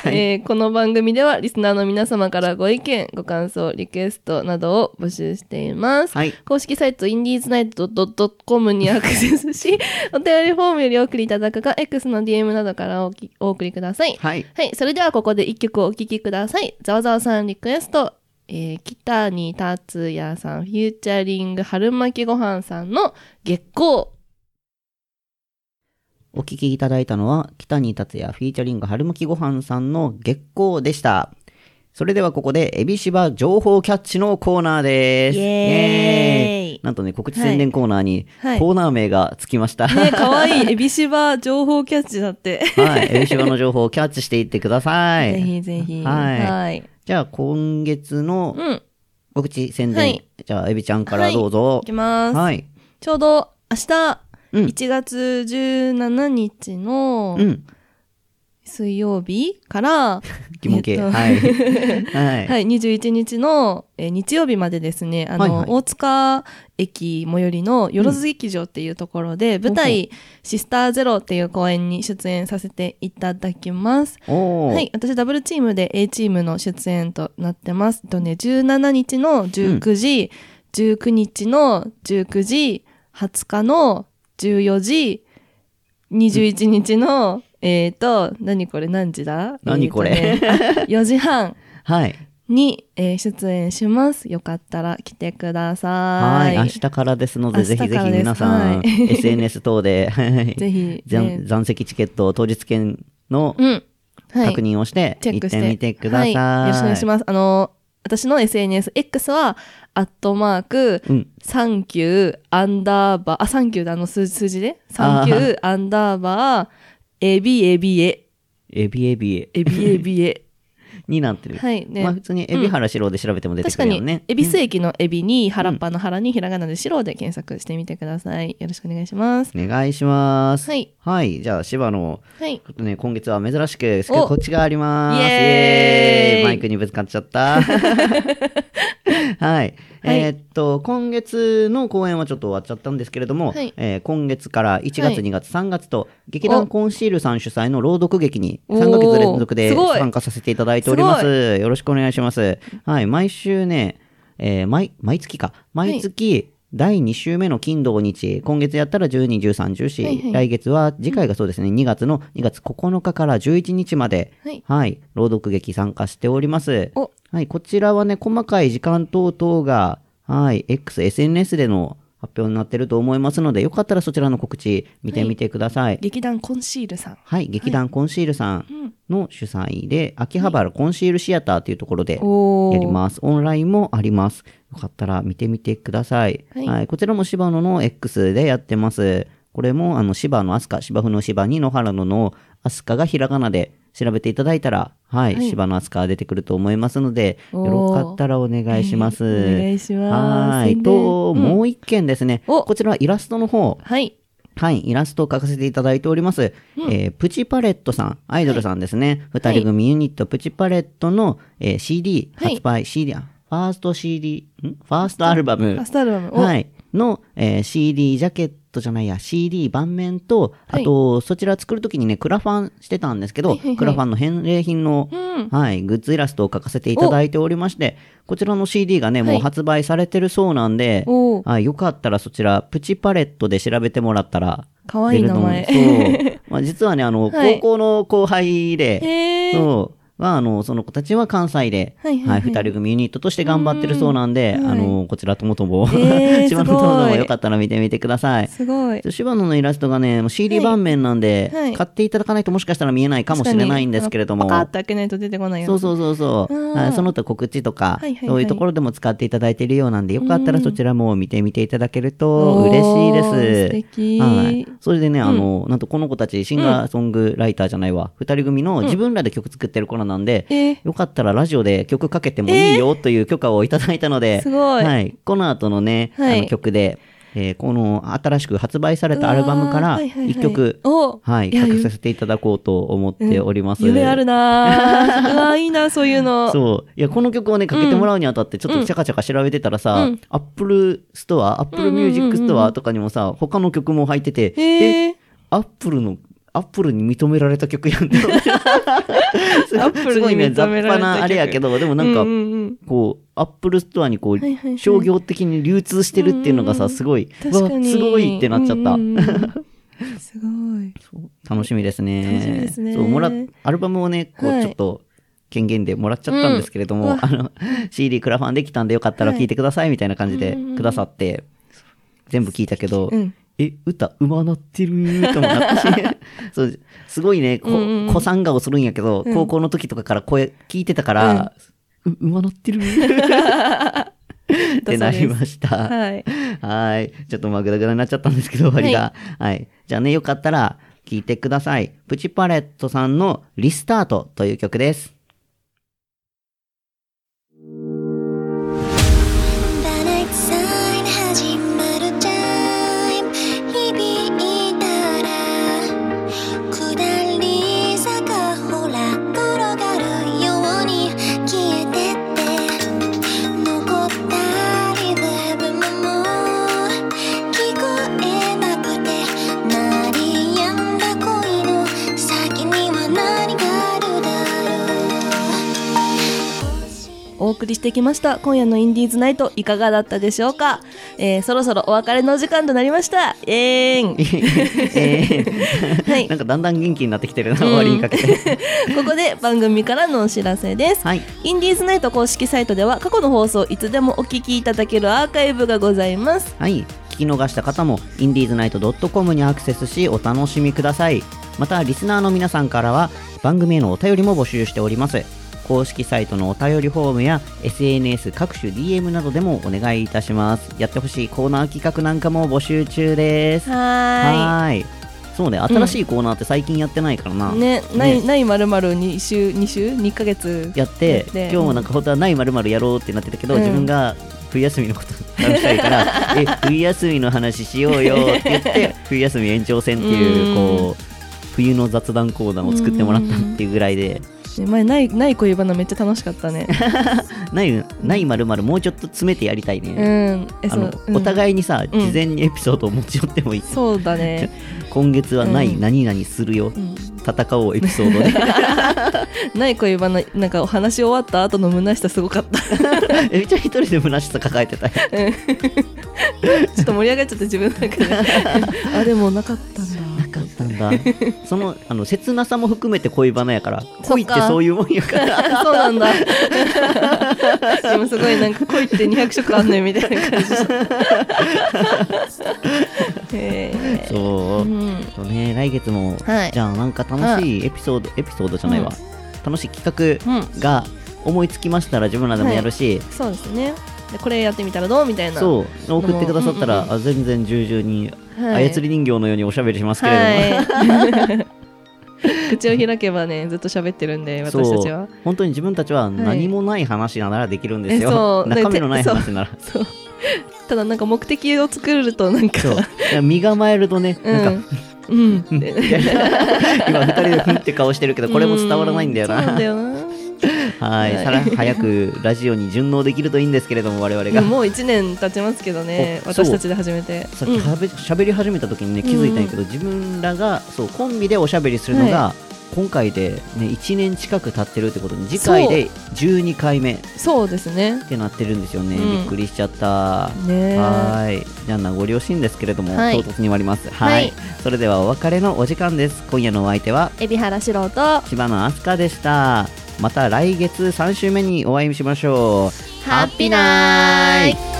S3: えーこの番組ではリスナーの皆様からご意見、ご感想、リクエストなどを募集しています。
S2: はい
S3: 公式サイト indiesnight.com にアクセスし、
S2: [laughs]
S3: お便りフォームよりお送りいただくか、X の DM などからおきお送りください。
S2: はい。
S3: はい、それではここで一曲お聴きください。ざわざわさんリクエスト、えー、北に達也さん、フューチャリング春巻きご飯さんの月光。
S2: お聞きいただいたのは、北に達也フィーチャリング春巻きご飯さんの月光でした。それではここで、エビシバ情報キャッチのコーナーです。
S3: イエーイ
S2: イエーイなんとね、告知宣伝コーナーに、
S3: はい
S2: コーナー名がつきました。は
S3: ね、かわいい、エビシバ情報キャッチだって。
S2: い。エビシバの情報をキャッチしていってくださ [laughs]
S3: ぜ
S2: い。
S3: ひぜひ。
S2: はい
S3: い
S2: じゃあ、今月の
S3: うん。
S2: 告知宣伝。
S3: はい
S2: じゃあ、エビちゃんからどうぞ
S3: い。きます。
S2: はい。
S3: ちょうど明日、
S2: うん
S3: 1月17日の
S2: うん。
S3: 水曜日から、
S2: 疑問形。
S3: えっと
S2: はい。 [laughs] はい。
S3: はい、21日の、えー日曜日までですね、あの、
S2: はいはい
S3: 大塚駅最寄りのよろず劇場っていうところで、舞台、シスターゼロっていう公演に出演させていただきます。
S2: おー。
S3: はい、私ダブルチームで A チームの出演となってます。えっとね、17日の19時、19日の19時、20日の14時、21日の、えっ、と、何これ何時だ
S2: 何これ
S3: えーとね ?4 時半
S2: はい。
S3: に、えー出演します。よかったら来てくださ。
S2: はいい、明日からですの
S3: 明
S2: で、
S3: 日
S2: ぜ
S3: からです
S2: ひぜひ皆さん、
S3: はい
S2: SNS 等で、 [laughs] はい
S3: ぜひ、
S2: 残
S3: えー
S2: 残席チケット、当日券の
S3: うん。はい
S2: 確。認をして、
S3: チェッ
S2: 行
S3: ク
S2: っ
S3: して。
S2: てみてください。
S3: はい。よろしくお願いします。あの、私の SNS、X は、アットマーク、
S2: うん
S3: サンキュー、アンダーバー、あ、サンキューだ、あの数数字で、サンキュー、アンダーバー、エビエビエ、
S2: エビエビエ
S3: エビエビ
S2: [laughs]
S3: エ。
S2: になってる。
S3: はいね
S2: まあ普通にエビ原四郎で調べても出て
S3: 確
S2: く
S3: か
S2: るよ
S3: に
S2: ね、。
S3: 恵比寿駅のエビに、原っぱの原に、ひらがなで白で検索してみてください。よろしくお願いします。
S2: お願いします。
S3: はい。
S2: はい、じゃあ、芝の、
S3: はい。
S2: ちょっとね、今月は珍しく、スケこっちがあります。
S3: イエーイ
S2: イエーイマイクにぶつかっち
S3: [laughs]
S2: ゃった。はい。えーっと、今月の公演はちょっと終わっちゃったんですけれども、
S3: はい
S2: えー今月から1
S3: はい
S2: 月、2月、3月と、劇
S3: お
S2: 団コンシールさん主催の朗読劇に
S3: おー
S2: 3ヶ月連続です
S3: ごい
S2: 参加させていただいております。よろしくお願いします。はい、毎週ね、えー毎、毎月か。毎月、第2週目の金土日、今月やったら12、13、14、
S3: はいはい
S2: 来月は、次回がそうですね、2月の2月9日から11日まで、
S3: はい
S2: 朗読劇参加しております
S3: お。
S2: はい、こちらはね、細かい時間等々が、はい、X、SNS での発表になってると思いますので、よかったらそちらの告知見てみてください。はい、
S3: 劇団コンシールさん。
S2: 劇団コンシールさんの主催で、秋葉原コンシールシアターというところで、
S3: おー。
S2: やります。オンラインもあります。よかったら見てみてください。
S3: は
S2: はいい、こちらも芝野の X でやってます。これも、あの、芝のアスカ、芝生の芝に野原野のアスカがひらがなで調べていただいたら、はい、
S3: はい
S2: 芝のアスカが出てくると思いますので、
S3: おー
S2: よかったらお願いします。
S3: お願いします
S2: は
S3: 宣
S2: い。
S3: 伝
S2: と、
S3: うん
S2: もう一件ですね。
S3: お
S2: こちらはイラストの方。
S3: はい。
S2: はい、イラストを描かせていただいております。えープチパレットさん、アイドルさんですね。二、人組ユニットプチパレットの、えー CD
S3: はい
S2: 発売、CD、あファースト CD、んファーストアルバム
S3: あ、スタルバム。お
S2: はい、の、えー CD ジャケットじゃないや CD 盤面と、
S3: はい
S2: あとそちら作るときにねクラファンしてたんですけど、
S3: はいはいはい
S2: クラファンの返礼品の、
S3: うん
S2: はい、グッズイラストを書かせていただいておりましてこちらの CD がねも
S3: は
S2: う
S3: い
S2: 発売されてるそうなんで、
S3: おー
S2: はい、よかったらそちらプチパレットで調べてもらったら
S3: かわいい名前
S2: 出ると思うん
S3: [laughs]
S2: ですそう、まあ、実はねあの、
S3: はい
S2: 高校の後輩で、
S3: へー。
S2: そう。は、あの、その子たちは関西で、
S3: は
S2: はいい、
S3: はいはい
S2: 二、人組ユニットとして頑張ってるそうなんで、
S3: うんはい
S2: あの、こちらともとも、 [laughs]
S3: えー
S2: 島野友
S3: すご
S2: の
S3: い
S2: よかったら見てみてください。
S3: すごい。
S2: 柴野のイラストがね、もう CD
S3: はい
S2: 盤面なんで、
S3: はい
S2: 買っていただかないともしかしたら見えないかもしれないんですけれども
S3: パ、カッと開けないと出てこないよ。
S2: そうそうそうそう、
S3: うん
S2: はい、その他告知とか、
S3: はいはいはい
S2: そういうところでも使っていただいているようなんで、よかったらそちらも見てみていただけると嬉しいで
S3: お
S2: す。
S3: ー素敵
S2: はい。それでね、あの、なんとこの子たち、シンガーソングライターじゃないわ、二人組の自分らで曲作ってる子らなんで、
S3: えー
S2: よかったらラジオで曲かけてもいいよという許可をいただいたので、
S3: すごい
S2: はい、この後のね、
S3: はい
S2: あの曲で、えーこの新しく発売されたアルバム
S3: う
S2: か
S3: わ
S2: ら
S3: ーはいはいはい
S2: 1曲、
S3: お
S2: はい、
S3: いや
S2: 書かせていただこうと思っております。
S3: 夢あるな
S2: [laughs]
S3: ーうわーいいなそういうの
S2: そう。いや、この曲をね、かけてもらうにあたって、ちょっとチャカチャカ調べてたらさ、
S3: うん
S2: アップルストア、アップルミュージックストアとかにもさ、他の曲も入ってて、
S3: へえ
S2: アップルの、アップルに認められた曲やんって思って
S3: [laughs] ア
S2: すごい
S3: ップルに認められた曲
S2: すごいね、雑把なあれやけど、でもなんか、
S3: うんうんうん
S2: こう、アップルストアにこ、
S3: はいはいはいう
S2: 商業的に流通してるっていうのがさ、すごい、うわ
S3: 確かに
S2: すごいってなっちゃった
S3: う。んうんうんすご
S2: [laughs]
S3: い
S2: 楽しみですね。
S3: 楽しみですね
S2: そう、もら、アルバムをね、こ
S3: は
S2: う、
S3: い
S2: ちょっと、権限でもらっちゃったんですけれども、
S3: うんうわ
S2: あの、CD クラファンできたんでよかったら
S3: はい
S2: 聴いてくださいみたいな感じで
S3: うんうんうん
S2: くださって、全部聴いたけど、
S3: うん
S2: え、歌、うまなってるーともな
S3: [laughs]
S2: ったし、そう、すごいね、こ、
S3: うんうんうん
S2: 子さん顔するんやけど、
S3: うん
S2: 高校の時とかから声聞いてたから、う、うまなってるーって
S3: [laughs]
S2: なりました。
S3: はい
S2: はい。ちょっとまあグダグダになっちゃったんですけど、終わりが。はい、じゃあね、よかったら聞いてください。プチパレットさんのリスタートという曲 [laughs] です。
S4: バラエティサイン始まるタイム響いたら下り坂ほら転がるように消えてって残ったリズムも聞こえなくて鳴り止んだ恋の先には何があるだろう
S3: お送りしてきました今夜のインディーズナイトいかがだったでしょうか、えー、そろそろお別れの時間となりましたえーん
S2: えー
S3: はい
S2: なんかだんだん元気になってきてるな、終わりにかけ [laughs] て。
S3: ここで番組からのお知らせです
S2: はい。
S3: インディーズナイト公式サイトでは過去の放送をいつでもお聞きいただけるアーカイブがございます
S2: はい。聞き逃した方も、インディーズナイト .com にアクセスし、お楽しみください。また、リスナーの皆さんからは、番組へのお便りも募集しております。公式サイトのお便りフォームや SNS 各種 DM などでもお願いいたします。やってほしいコーナー企画なんかも募集中です。
S3: は
S2: はーい。そうね、新しいコーナーって最近やってないからな。
S3: ーいねないないまるまる2週2週2ヶ月
S2: やって、
S3: で
S2: 今日もなんか本当はないまるまるやろうってなってたけど、
S3: うん
S2: 自分が冬休みのこと話した
S3: [laughs]
S2: いからえ冬休みの話しようよって言って冬休み延長戦っていう
S3: うん
S2: こう冬の雑談コーナーを作ってもらったっていうぐらいで
S3: ね前ないない恋バナめっちゃ楽しかった [laughs] ね
S2: ないないまるまるもうちょっと詰めてやりたいうね、
S3: んえ
S2: あ
S3: そう
S2: の
S3: うん
S2: お互いにさ
S3: うん
S2: 事前にエピソードを持ち寄ってもいい、
S3: そうだ [laughs] ね、
S2: 今月はな
S3: う
S2: い
S3: ん
S2: 何々するよ、
S3: うん、
S2: 戦おうエピソー
S3: [laughs]
S2: ドで
S3: ない恋バナなんかお話し終わった後の虚しさすごかった
S2: えめっちゃ一人で虚しさ抱えてたよ
S3: ちょっと盛り上がっちゃって自分の中
S2: [laughs]
S3: であでもなかったんだ
S2: なかったんだ
S3: [laughs]
S2: そのあの切なさも含めて恋バナやから
S3: か
S2: 恋ってそういうもんやか
S3: [laughs]
S2: ら
S3: そうなん
S2: [laughs]
S3: だ。でもすごいなんか恋って200色あんねんみたいな
S2: [laughs]
S3: 感じでした。へえ。
S2: そうう、
S3: ん。
S2: そうね来月も、
S3: はい
S2: じゃあなんか楽しいエピソード、エピソードじゃないわ、楽しい企画が思いつきましたら自分らでもやるし、
S3: そうですね。でこれやってみたらどうみたいな。う。
S2: そう送ってくださったら、
S3: うんうん
S2: あ全然従々に
S3: はい
S2: 操り人形のようにおしゃべりしますけれども、
S3: はい。口を開けばねずっと喋ってるんで私たちは。
S2: 本当に自分たちは何もない話ならできるんですよ、
S3: えそう
S2: 中身のな
S3: で
S2: い
S3: て
S2: 話なら
S3: そう。ただなんか目的を作るとなんか
S2: そうだから身構えるとね、
S3: うん
S2: なんか
S3: うん。
S2: [laughs] 今二人でふんって顔してるけどこれも伝わらないんだよ
S3: うそう
S2: な
S3: なんだよな。
S2: [laughs] はい、さら早くラジオに順応できるといいんですけれども、我々
S3: [laughs]
S2: が。
S3: もう1年経ちますけどね、
S2: おそう
S3: 私たちで始めて。
S2: さっきはべ喋り始めた時にね気づいたんやけど、自分らがそうコンビでおしゃべりするのが、今回で、ね、1年近く経ってるってことに次回で12回目っ
S3: うんそうですね。
S2: てなってるんですよね、
S3: うん
S2: びっくりしちゃった。
S3: ねえ
S2: はーいじゃあ名残惜しいんですけれども、
S3: はい
S2: 唐突に終わります
S3: はい
S2: はい、それではお別れのお時間です今夜のお相手は
S3: 海老原四郎と、は
S2: 千葉のアスカでしたまた来月3週目にお会いしましょう
S3: ハッピーナイ
S2: ト